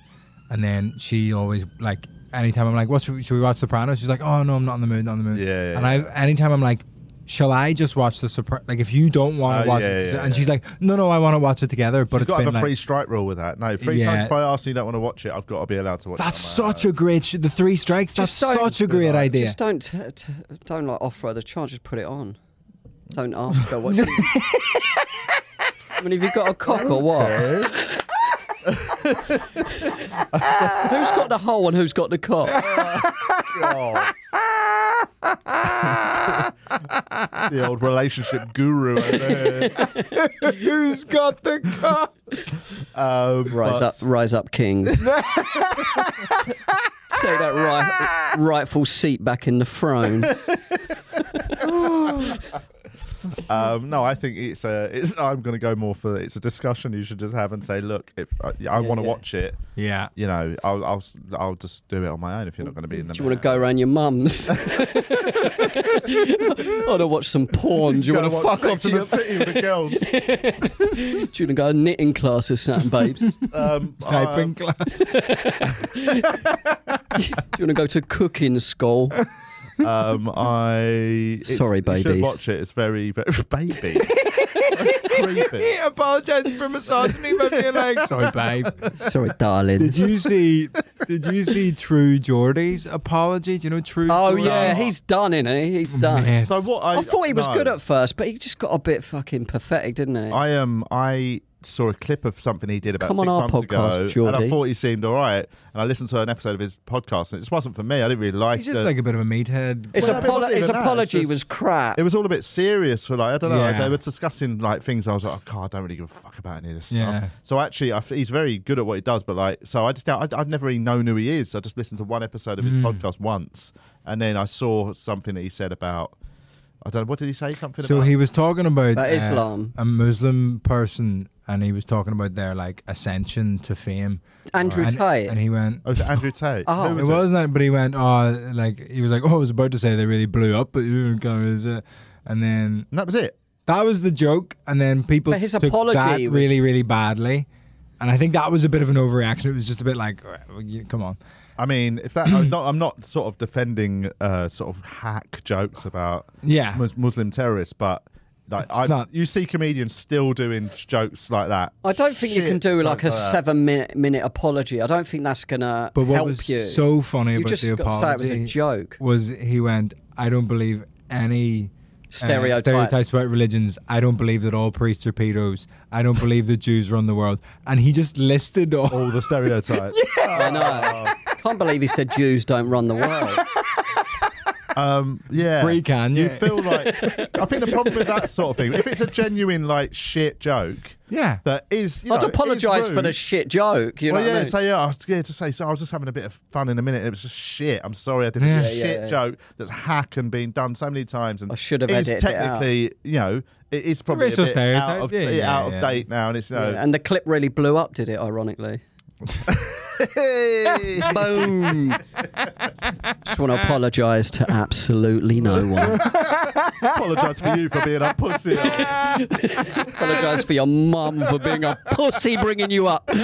E: and then she always like anytime I'm like, "What should we, should we watch Sopranos?" She's like, "Oh no, I'm not in the mood. Not in the mood."
D: Yeah, yeah,
E: and I anytime I'm like. Shall I just watch the Sopranos? Like, if you don't want to
D: Oh,
E: watch
D: yeah,
E: it,
D: yeah,
E: and
D: yeah.
E: she's like, "No, no, I want to watch it together." But
D: You've
E: it's
D: got to
E: been
D: have a
E: like,
D: free strike rule with that. No, three
E: Yeah.
D: times if I ask and you don't want to watch it, I've got to be allowed to watch.
E: that's
D: it on my
E: such
D: own.
E: a great. Sh- the three strikes. That's
F: Just don't-
E: such a great idea.
F: Just don't t- t- don't like offer her the chance. Just put it on. Don't ask her what. She... I mean, have you got a cock or what? who's got the hole and who's got the cock?
D: God. the old relationship guru over here.
E: Who's got the car?
D: Um,
F: Rise
D: but-
F: up, rise up, kings. Take that right, rightful seat back in the throne.
D: Um, no, I think it's a. It's, I'm going to go more for it's a discussion you should just have and say, look, if I, I want to watch it,
E: Yeah.
D: you know, I'll, I'll s- I'll just do it on my own if you're not going to be in the.
F: Do you want to go round your mum's? I want to watch some porn. Do you want to
D: watch
F: fuck off
D: Sex
F: to
D: and
F: your,
D: the City with the girls?
F: Do you want to go knitting class or something, babes? Do you
D: Um,
E: Typing
D: um,
E: class.
F: want to go to cooking school?
D: um, I it's-
F: Sorry,
D: you should
F: babies.
D: watch it. It's very very baby. creepy.
E: apologizing for misogyny by being like, sorry, babe.
F: Sorry, darling.
E: Did you see? Did you see True Geordie's apology? Do you know True?
F: Oh
E: Geordie? Oh,
F: yeah, he's done, isn't he? He's done.
E: Man.
D: So what I,
F: I thought he was
D: no.
F: good at first, but he just got a bit fucking pathetic, didn't he?
D: I um I saw a clip of something he did about
F: Come on
D: six
F: our
D: months
F: podcast,
D: ago, and
F: Geordie.
D: I thought he seemed all right. And I listened to an episode of his podcast, and it just wasn't for me. I didn't really like
E: He's just
D: the-
E: like a bit of a meathead.
F: his
D: Well, no, but it
F: apolo-
D: wasn't
F: his
D: even that, it's
F: apology
D: just-
F: was crap.
D: it was all a bit serious for like I don't know. like,
E: Yeah.
D: they were discussing like things. I was like, oh god, I don't really give a fuck about any of this
E: Yeah.
D: stuff. So actually, I f he's very good at what he does. But like, so I just I, I've never really known who he is. I just listened to one episode of his
E: Hmm.
D: podcast once, and then I saw something that he said about I don't know what did he say something
E: So
D: about.
E: he was talking about, uh,
F: About Islam.
E: a Muslim person, and he was talking about their like ascension to fame.
F: Andrew
E: and,
F: Tate.
E: and he went.
D: Oh, was it Andrew Tate?
F: Oh.
D: Who
E: it wasn't, that, but he went. Oh, like he was like, oh, I was about to say they really blew up, but you know, and then
D: And that was it.
E: that was the joke, and then people
F: But his
E: took
F: apology
E: that
F: was-
E: really, really badly, and I think that was a bit of an overreaction. It was just a bit like, all right, well, you- come on.
D: I mean, if that I'm not, I'm not sort of defending uh, sort of hack jokes about
E: Yeah.
D: Mus- Muslim terrorists, but like I,
E: not-
D: you see comedians still doing jokes like that.
F: I don't think you
D: Shit
F: can do like a
D: jokes that.
F: seven minute, minute apology. I don't think that's gonna
E: But what
F: help
E: was
F: you.
E: so funny
F: You
E: about
F: just
E: the
F: got to say it
E: apology
F: was a joke.
E: was he went, I don't believe any uh,
F: Stereotype.
E: stereotypes about religions. I don't believe that all priests are pedos. I don't believe that Jews run the world. And he just listed all.
D: all the stereotypes.
F: I know. Can't believe he said Jews don't run the world.
D: Um, yeah,
E: Free can,
D: you
E: yeah.
D: feel like I think the problem with that sort of thing, if it's a genuine like shit joke,
E: Yeah.
D: that is. You
F: I'd
D: know,
F: apologise
D: is
F: for
D: rude.
F: the shit joke. You
D: well,
F: know
D: yeah,
F: what I mean?
D: so yeah, I was, yeah, to say, so I was just having a bit of fun in a minute. And it was just shit. I'm sorry, I did a
E: Yeah. Yeah,
D: shit
F: yeah, yeah.
D: joke that's hack and been done so many times. And
F: I should have
D: is
F: edited it out.
D: technically, you know, it is probably a
E: racial
D: bit out
E: stereotype,
D: of,
E: yeah,
D: it-
E: yeah,
D: out of
E: yeah.
D: date now. And it's you know,
F: and the clip really blew up, did it? Ironically.
D: hey!
F: Boom. Just want to apologise to absolutely no one.
D: apologise for you for being a pussy.
F: apologise for your mum for being a pussy bringing you up.
D: but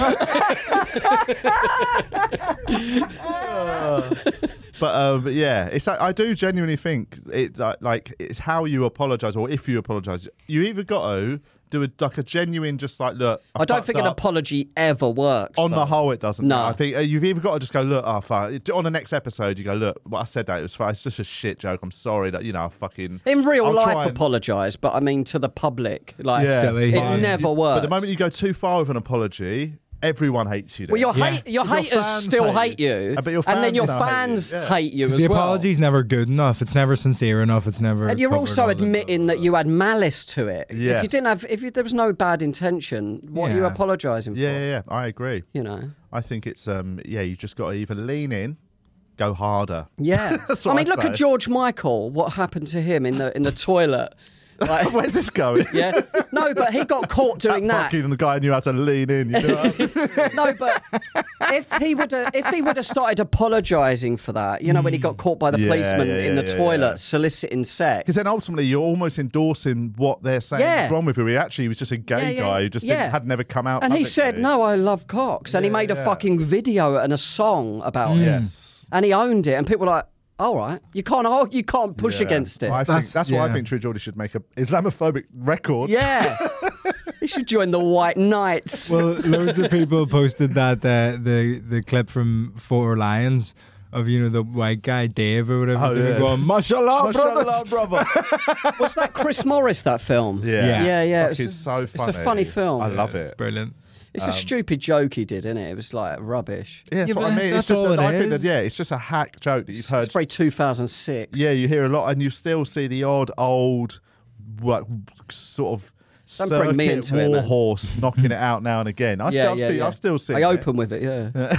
D: um, but yeah, it's like, I do genuinely think it's like, like it's how you apologize or if you apologize. You either got to do a, like a genuine, just like look. I,
F: I don't
D: fucked
F: think an
D: up.
F: apology ever works.
D: On the
F: though.
D: whole, it doesn't.
F: No.
D: I think uh, you've either got to just go look. Oh, fuck. It- On the next episode, you go look. Well, I said that it was fine. It's just a shit joke. I'm sorry that you know I fucking
F: In real
D: I'll try
F: life,
D: and-
F: apologise, but I mean to the public. Like,
D: Yeah.
E: Silly.
F: it
E: But-
F: never works.
D: But the moment you go too far with an apology, everyone hates you. Then.
F: well, your,
E: Yeah.
F: hate, your
D: Your
F: haters
D: fans
F: still hate
D: hate
F: you,
D: you. Uh, but your
F: and then your
D: fans don't hate you.
F: fans
D: Yeah.
F: hate you,
E: 'Cause
F: as
E: the
F: well.
E: apology's never good enough. It's never sincere enough. It's never.
F: and you're
E: covered
F: also
E: all the-
F: admitting that you had malice to it. If
D: Yes.
F: you didn't have, if you, there was no bad intention, what are you
E: Yeah.
F: apologising for?
D: yeah, yeah, yeah, I agree.
F: You know.
D: I think it's um, yeah, you just got to either lean in, go harder.
F: Yeah.
D: That's
F: I
D: what
F: mean,
D: I'd
F: look at
D: say.
F: George Michael. What happened to him in the in the toilet? Like,
D: Where's this going?
F: yeah. No, but he got caught doing that.
D: Fucking the guy knew how to lean in. You know? what I mean?
F: No, but if he would have if he would have started apologising for that, you know, when he got caught by the
D: Hmm. Yeah,
F: policeman
D: yeah,
F: in
D: yeah,
F: the
D: yeah,
F: toilet
D: yeah.
F: soliciting sex.
D: Because then ultimately you're almost endorsing what they're saying
F: Yeah.
D: is wrong with you. He actually was just a gay
F: Yeah, yeah,
D: guy who just
F: yeah.
D: didn't, had never come out.
F: And he said,
D: publicly.
F: "No, I love cocks," and he
D: Yeah,
F: made a
D: yeah.
F: fucking video and a song about it,
D: Yes.
F: and he owned it. And people were like, "All right, you can't argue, you can't push
D: Yeah.
F: against it."
D: I
E: That's-
D: think, that's why I
E: yeah.
D: think True Geordie should make an Islamophobic record.
F: yeah, he should join the White Knights.
E: well, loads of people posted that uh, the the clip from Four Lions of you know the white guy Dave or whatever
D: Oh,
E: they were
D: yeah.
E: going, mashallah, brothers."
D: Mashallah, brother.
F: Was that Chris Morris that film?
D: Yeah.
E: Yeah.
F: yeah, yeah.
D: Fuck,
F: It's,
D: it's so
F: It's
D: funny.
F: a funny film.
D: I love
E: It's
D: it.
E: brilliant.
F: It's
D: Um,
F: a stupid joke he did, isn't it? It was like rubbish.
D: Yeah, that's
E: Yeah,
D: what
E: but
D: I mean.
E: that's
D: It's just,
E: all it
D: I think that,
E: is.
D: yeah, it's just a hack joke that you've heard.
F: It's very 2006.
D: Yeah, you hear a lot, and you still see the odd old, like, sort of
F: Don't bring me
D: circuit
F: into it, man.
D: warhorse knocking it out now and again. I still, I've, seen, I've still seen.
F: I
D: it.
F: open with it, yeah.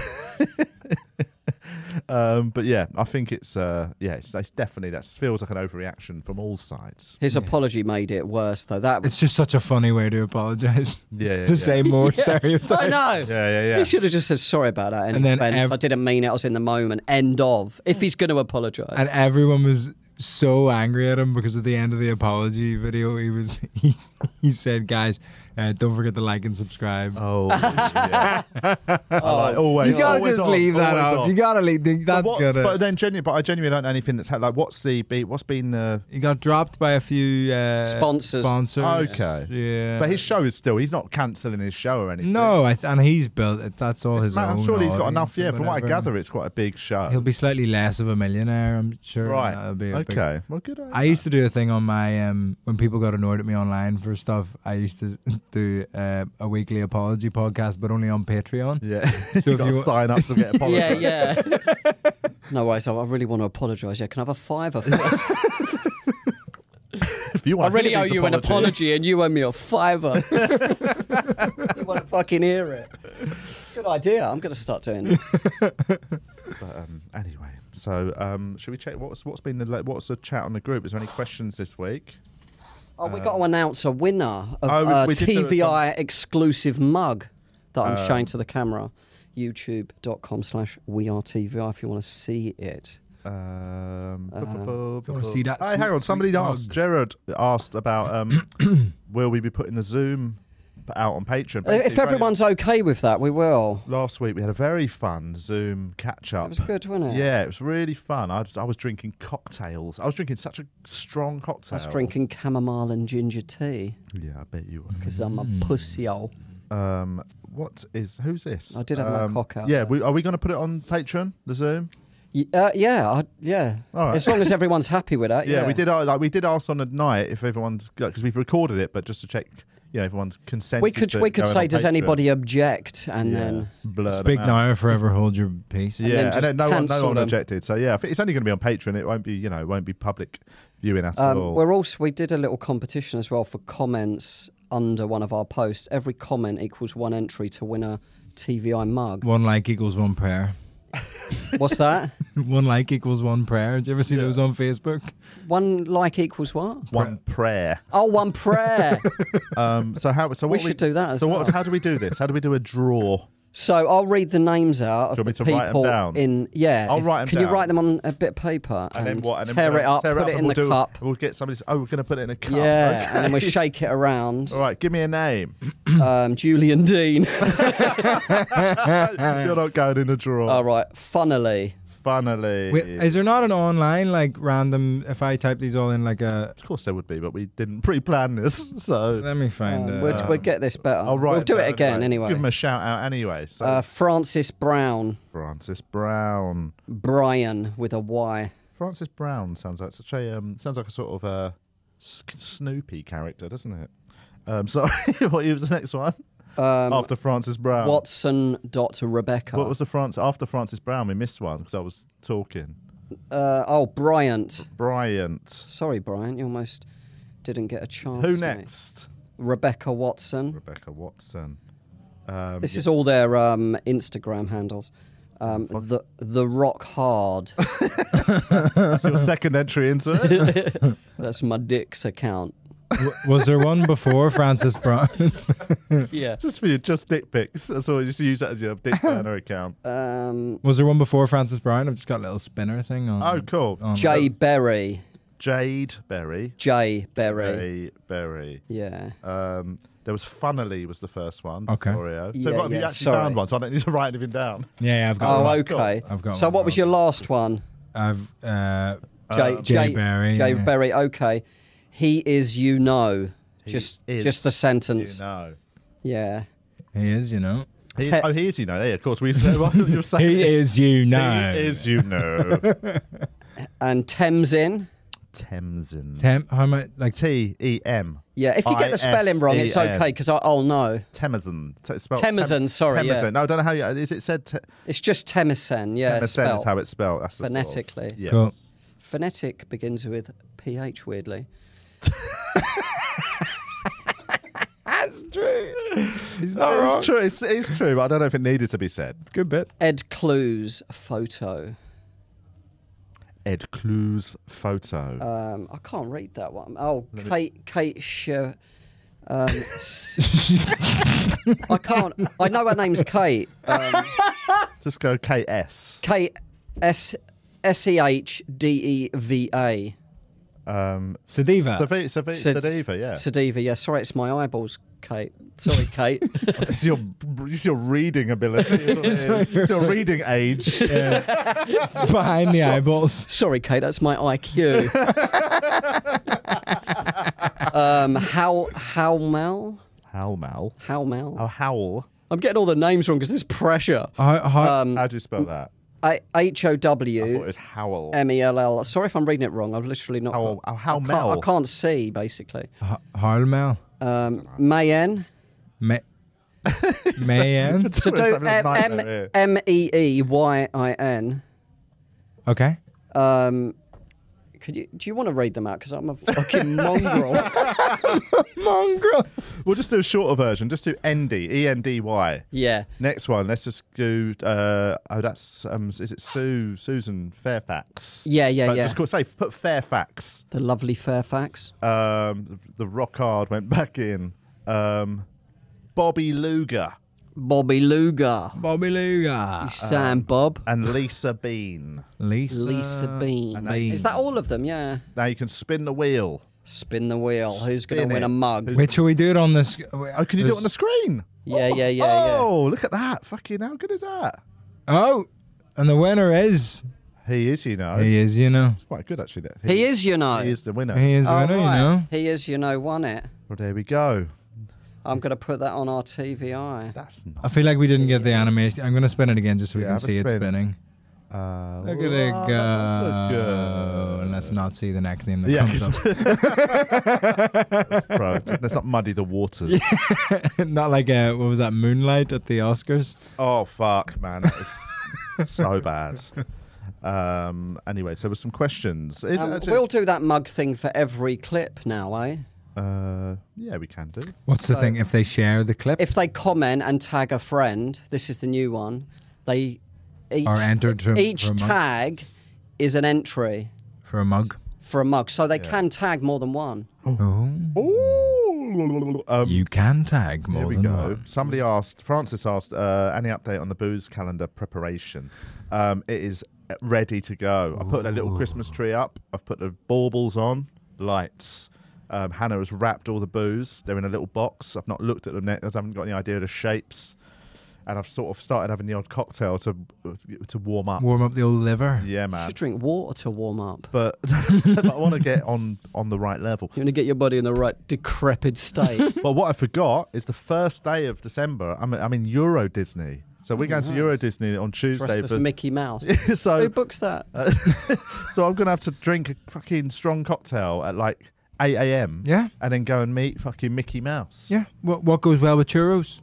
D: Um, but yeah, I think it's uh, yeah, it's, it's definitely that feels like an overreaction from all sides.
F: His apology made it worse, though. That was.
E: It's just such a funny way to apologize.
D: Yeah, yeah,
E: to
D: yeah.
E: say more stereotypes.
F: I know.
D: Yeah, yeah, yeah.
F: He should have just said sorry about that. Any
E: And then
F: offense.
E: ev-
F: I didn't mean it. I was in the moment. End of. If he's going to apologize,
E: And everyone was so angry at him because at the end of the apology video, he was he, he said, "Guys, uh, don't forget to like and subscribe."
D: Oh, yeah. I like,
F: Oh,
D: oh, always,
E: you gotta
D: always
E: just
D: on,
E: leave that
D: always
E: out.
D: on.
E: You gotta leave. the-
D: But
E: That's
D: what's-
E: gonna.
D: But then, genuinely, but I genuinely don't know anything that's had, like, what's the beat? What's been the?
E: he got dropped by a few uh,
F: Sponsors.
E: Sponsors.
D: Okay.
E: Yeah.
D: But his show is still. He's not cancelling his show or anything.
E: No, I th- and he's built. it. That's all his
D: Man,
E: own.
D: I'm sure he's got
E: audience
D: enough.
E: or
D: Yeah, from what I
E: whatever.
D: gather, it's quite a big show.
E: he'll be slightly less of a millionaire. I'm sure.
D: right.
E: That'll be a big-
D: okay. Well, good. on
E: I
D: you.
E: used to do a thing on my um when people got annoyed at me online for stuff. I used to do uh, a weekly apology podcast, but only on Patreon.
D: Yeah.
E: So
D: you
E: if
D: got
E: you
D: to
E: wa-
D: sign up to get a
F: yeah, yeah. no worries. I I really want to apologise. Yeah, can I have a fiver first?
D: If you
F: I
D: want to
F: really
D: hear
F: owe
D: these
F: you an
D: apologies-
F: apology, and you owe me a fiver. you want to fucking hear it? Good idea. I'm going to start doing it.
D: But, um, anyway, so um, should we check what's what's been the la- what's the chat on the group? Is there any questions this week?
F: Oh, we got to announce a winner of
D: Uh, Oh, we-
F: a
D: we Uh, did do it
F: TVI exclusive mug that I'm showing to the camera. YouTube.com slash We Are TVI if you want to see it.
D: Um,
F: Uh-huh.
D: bu- bu- bu- bu-
E: wanna
D: bu-
E: see that
D: Hey, hang
E: sweet,
D: on. Somebody
E: sweet
D: asked.
E: mug?
D: Gerard asked about um, will we be putting the Zoom out on Patreon?
F: Uh, if
D: Basically,
F: everyone's okay with that, we will.
D: last week we had a very fun Zoom catch up.
F: It was good, wasn't it?
D: Yeah, it was really fun. I, was- I was drinking cocktails. I was drinking such a strong cocktail.
F: I was drinking chamomile and ginger tea
D: Yeah, I bet you were.
F: because I'm
D: Mm.
F: a pussy hole.
D: Um, what is who's this?
F: I did have my
D: um,
F: cock out
D: Yeah,
F: there.
D: we, are we going to put it on Patreon? The Zoom?
F: Y- Uh, yeah, I, yeah.
D: All right.
F: As long as everyone's happy with that.
D: Yeah,
F: Yeah,
D: we did. uh, Like we did ask on the night if everyone's because we've recorded it, but just to check, you know, everyone's consent.
F: We could we could say, does anybody object? And then
D: blur them
E: Speak
D: out.
E: now or forever hold your peace.
D: Yeah,
F: then
D: and,
F: just
D: then no one, no
F: cancel
D: one
F: them.
D: objected. So yeah, I think it's only going to be on Patreon. It won't be, you know, it won't be public viewing at
F: um,
D: all.
F: we're also we did a little competition as well for comments under one of our posts. Every comment equals one entry to win a TVI mug.
E: One like equals one prayer.
F: What's that?
E: one like equals one prayer. Did you ever see those on Facebook?
F: One like equals what?
D: One prayer.
F: Oh, one prayer.
D: Um, so how? So
F: We
D: what
F: should do that as
D: so what?
F: well.
D: How do we do this? How do we do a draw?
F: so I'll read the names out of
D: Do you want me
F: the
D: to write 'em
F: people
D: down?
F: in. Yeah,
D: I'll write 'em
F: Can
D: down.
F: you write them on a bit of paper and,
D: And, then what? And then
F: tear
D: we're
F: it
D: gonna
F: up,
D: tear
F: put it
D: and
F: in the
D: we'll do-
F: cup.
D: We'll get somebody's. Oh, we're going to put it in a cup.
F: Yeah,
D: Okay.
F: and then we shake it around.
D: All right, give me a name.
F: Um, Julian Dean.
D: You're not going in the draw.
F: All right, funnily.
D: Funnily,
E: Wait, is there not an online like random? If I type these all in like a,
D: of course there would be, but we didn't pre-plan this, so
E: let me find.
F: Um,
E: uh,
F: we'll, we'll get this better.
D: I'll write.
F: we'll do
D: down
F: it again anyway.
D: Give him a shout out anyway. So
F: uh, Francis Brown,
D: Francis Brown.
F: Brian with a Y.
D: Francis Brown sounds like such a um, sounds like a sort of a S- Snoopy character, doesn't it? Um, sorry, what was the next one?
F: Um,
D: after Francis
E: Um,
D: Brown.
F: Watson dot Rebecca.
D: What was the France after Francis Brown? We missed one because I was talking.
F: uh, oh, Bryant.
D: Bryant.
F: Sorry, Bryant. You almost didn't get a chance.
D: Who
F: mate.
D: next?
F: Rebecca Watson.
D: Rebecca Watson. Um,
F: This is all their um, Instagram handles. Um, the the rock hard.
D: that's your second entry into it.
F: That's my dick's account.
E: w- was there one before Francis Brown?
F: Yeah.
D: just for your just dick pics. That's all. Just use that as your dick burner account.
F: Um,
E: was there one before Francis Brown? I've just got a little spinner thing on.
D: Oh, cool.
E: on-
F: Jay Berry.
D: Jade Berry.
F: Jay Berry.
D: Jay Berry.
F: Yeah.
D: Um, there was funnily was the first one.
E: Okay.
D: Oreo.
F: Yeah,
D: So what have you
F: yeah,
D: actually
F: sorry.
D: found one? So I don't need to write anything down.
E: Yeah, yeah, I've got.
F: Oh,
E: one.
F: okay.
E: I've got
F: so,
E: one,
F: what was
E: I've
F: your last one?
E: I've uh,
F: Jay,
E: Jay Berry,
F: Jay
E: yeah.
F: Berry. Okay. He is, you know. just,
D: is,
F: just the
D: You
F: sentence.
D: know.
F: Yeah.
E: he is, you know.
D: He is,
F: Te-
D: oh, he is, you know. Yeah, of course. We know what you're saying.
E: He is, you know.
D: He is, you know.
F: And Thames in.
D: Thamesin.
E: Tem, how much? Like
D: T E M.
F: Yeah, if you get the spelling wrong, it's
D: I S E N.
F: okay because I'll know.
D: Temazin. T- it's spelled
F: Temazin, sorry, yeah.
D: No, I don't know how you. Is it said te-
F: It's just Temesen, yeah.
D: Temazin?
F: spelt.
D: Is how it's spelled. That's the sort of-
F: Phonetically.
D: yes.
E: Cool.
F: Phonetic begins with PH, weirdly.
E: he's
D: It's true. It's, it's true, but I don't know if it needed to be said.
E: Good bit.
F: Ed Clue's photo.
D: Ed Clue's photo.
F: Um, I can't read that one. Oh, Kate, Kate Sh- um, s- I can't. I know her name's Kate. Um,
D: Just go K S.
F: Kate S S E H D E V A.
D: Um,
E: Sadiva.
D: Safi- Safi-
F: Sed-
D: Sadiva, yeah.
F: Sadiva, yeah. Sorry, it's my eyeballs, Kate. Sorry, Kate.
D: It's your it's your reading ability. is what it is. It's your reading age.
E: Behind the eyeballs.
F: Sorry, Kate. That's my IQ. um, how how Mel?
D: How mal?
F: How Mel?
D: Oh, howl.
F: I'm getting all the names wrong because there's pressure.
E: How, how,
F: Um,
D: How do you spell that?
F: I- H O
D: I thought it
F: W
D: was howl.
F: M E L L. Sorry if I'm reading it wrong. I've literally not.
D: How-
F: got-
D: how
F: I can't-
D: Mel?
F: I can't see basically.
E: how, Harmel.
F: Um, Mayen.
E: Ma- Mayan.
D: It's
F: So do
D: having a
F: M
D: nightmare
F: M
D: here.
F: M E E Y I N.
E: Okay.
F: Um, could you? Do you want to read them out? Because I'm a fucking mongrel.
E: Mongrel.
D: We'll just do a shorter version. Just do E N-D, E-N-D-Y.
F: yeah.
D: Next one. Let's just do. Uh, oh, that's um. Is it Sue Susan Fairfax?
F: Yeah, yeah,
D: But
F: yeah.
D: Just call, say put Fairfax.
F: The lovely Fairfax.
D: Um, the Rockard went back in. Um, Bobby Luger
F: Bobby Luger.
E: Bobby
D: Uh,
E: Luga.
F: Sam Bob.
D: and Lisa Bean.
E: Lisa.
F: Lisa
D: Uh,
F: Bean.
E: Bean.
F: Is that all of them? Yeah.
D: Now you can spin the wheel.
F: Spin the wheel. Who's going
D: Spin
F: to win
D: it.
F: a mug?
D: Who's-
E: Wait, should we do it on this?
D: Oh, can you do it on the screen?
F: Yeah, yeah, yeah, yeah.
D: Oh, look at that! Fucking how good is that?
E: Oh, and the winner is.
D: He is, you know.
E: He is, you know.
D: It's quite good actually. That
F: He is, you know.
D: He is the winner.
E: He is the
F: Oh,
E: winner,
F: right.
E: you know.
F: He is, you know, won it.
D: Well, there we go.
F: I'm going to put that on our TVI.
D: That's
E: I
D: not.
E: feel like we didn't get the animation. I'm going to spin it again just so we
D: Yeah,
E: can
D: have a
E: see it
D: spin.
E: spinning.
D: Uh,
E: Look at it
D: wow, that does
E: go.
D: look good.
E: And let's not see the next name that
D: Yeah,
E: comes up.
D: Bro, let's not muddy the waters.
E: not like, uh, what was that, Moonlight at the Oscars?
D: Oh fuck, man, that was so bad. Um. Anyway, so there were some questions. Is it
F: Um,
D: actually-
F: we'll do that mug thing for every clip now, eh?
D: uh, yeah, we can do.
E: What's the thing? If they share the clip
F: If they comment and tag a friend, this is the new one. They each
E: Are entered to-
F: each
E: for a mug.
F: tag is an entry
E: for a mug.
F: for a mug, so they can tag more than one.
E: Oh.
D: Ooh. Um,
E: You can tag more
D: here we
E: than
D: go.
E: one.
D: Somebody asked. Francis asked, uh, any update on the booze calendar preparation? Um, it is ready to go. I put a little Christmas tree up. I've put the baubles on, lights. Um, Hannah has wrapped all the booze. They're in a little box. I've not looked at them yet. 'cause I haven't got any idea of the shapes. And I've sort of started having the odd cocktail to uh, to warm up.
E: Warm up the old liver.
D: Yeah, man.
F: Should drink water to warm up.
D: but, but I want to get on on the right level.
F: You want to get your body in the right decrepit state.
D: But what I forgot is the first day of December. I'm I'm in Euro Disney, so
E: Oh,
D: we're going to Euro Disney on Tuesday.
F: Dressed as Mickey Mouse.
D: For,
F: Who
D: so
F: books that?
D: so I'm gonna have to drink a fucking strong cocktail at like 8 a.m.
E: Yeah.
D: and then go and meet fucking Mickey Mouse.
E: Yeah. What, what goes well with churros?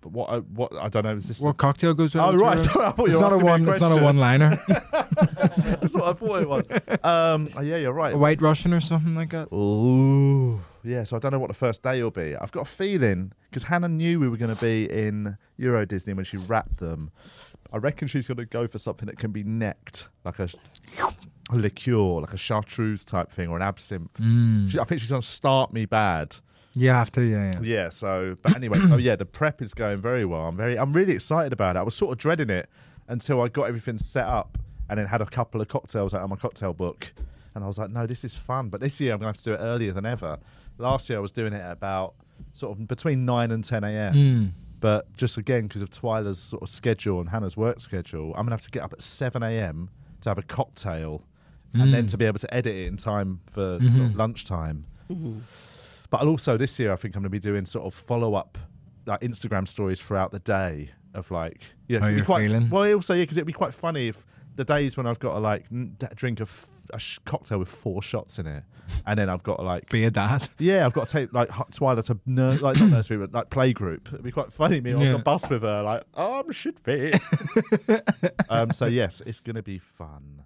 D: But what I- what I don't know is this.
E: What cocktail goes well
D: Oh
E: with
D: right,
E: churros?
D: sorry, I thought
E: It's
D: you were
E: not a
D: asking me
E: one. It's not a
D: question.
E: one-liner.
D: That's what I thought it was. Um, oh, yeah, you're right.
E: a White Russian or something like that.
D: Ooh. Yeah, so I don't know what the first day will be. I've got a feeling because Hannah knew we were going to be in Euro Disney when she wrapped them. I reckon she's going to go for something that can be necked, like a, a liqueur, like a chartreuse type thing or an absinthe. She, I think she's going to start me bad.
E: You have to. Yeah. yeah.
D: Yeah, so but anyway, so yeah, the prep is going very well. I'm very I'm really excited about it. I was sort of dreading it until I got everything set up and then had a couple of cocktails out of my cocktail book. And I was like, no, this is fun. But this year I'm gonna have to do it earlier than ever. Last year I was doing it at about sort of between nine and ten AM.
E: Hmm.
D: But just again, because of Twyla's sort of schedule and Hannah's work schedule, I'm gonna have to get up at seven AM to have a cocktail and
E: Mm.
D: then to be able to edit it in time for
E: Mm-hmm.
D: sort of lunchtime. But I'll also this year, I think I'm going to be doing sort of follow up like Instagram stories throughout the day of like yeah, 'cause
E: How
D: it'd be
E: you're
D: quite,
E: feeling.
D: Well, also yeah, because it'd be quite funny if the days when I've got to like n- d- drink a f- a sh- cocktail with four shots in it, and then I've got like
E: Be a dad.
D: yeah, I've got to take like Hot Twilight to nur- like not nursery, but like playgroup. It'd be quite funny me on
E: Yeah.
D: the bus with her, like arm should fit. um, so yes, it's gonna be fun.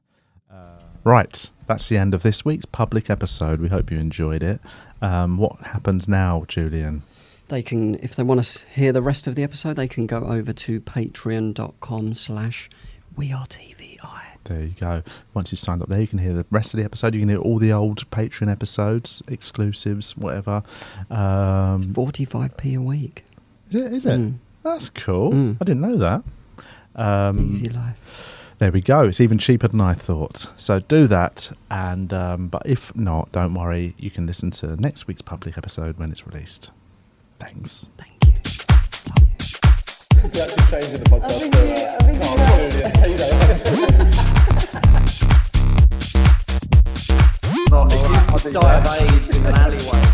D: Uh, right, that's the end of this week's public episode. We hope you enjoyed it. Um, what happens now, Julian?
F: They can, if they want to hear the rest of the episode, they can go over to patreon.com slash we are TVI.
D: There you go. Once you've signed up there, you can hear the rest of the episode. You can hear all the old Patreon episodes, exclusives, whatever. Um,
F: It's 45p a week.
D: is it? Is it?
F: Mm.
D: That's cool.
F: Mm.
D: I didn't know that. Um,
F: Easy life.
D: There we go. It's even cheaper than I thought. So do that. And um, but if not, don't worry. You can listen to next week's public episode when it's released. Thanks.
F: Thank you. Love you.
A: We actually changed the podcast. so, uh, no, I'm brilliant. Hey, you know,
C: From the kids die of AIDS in an alleyway.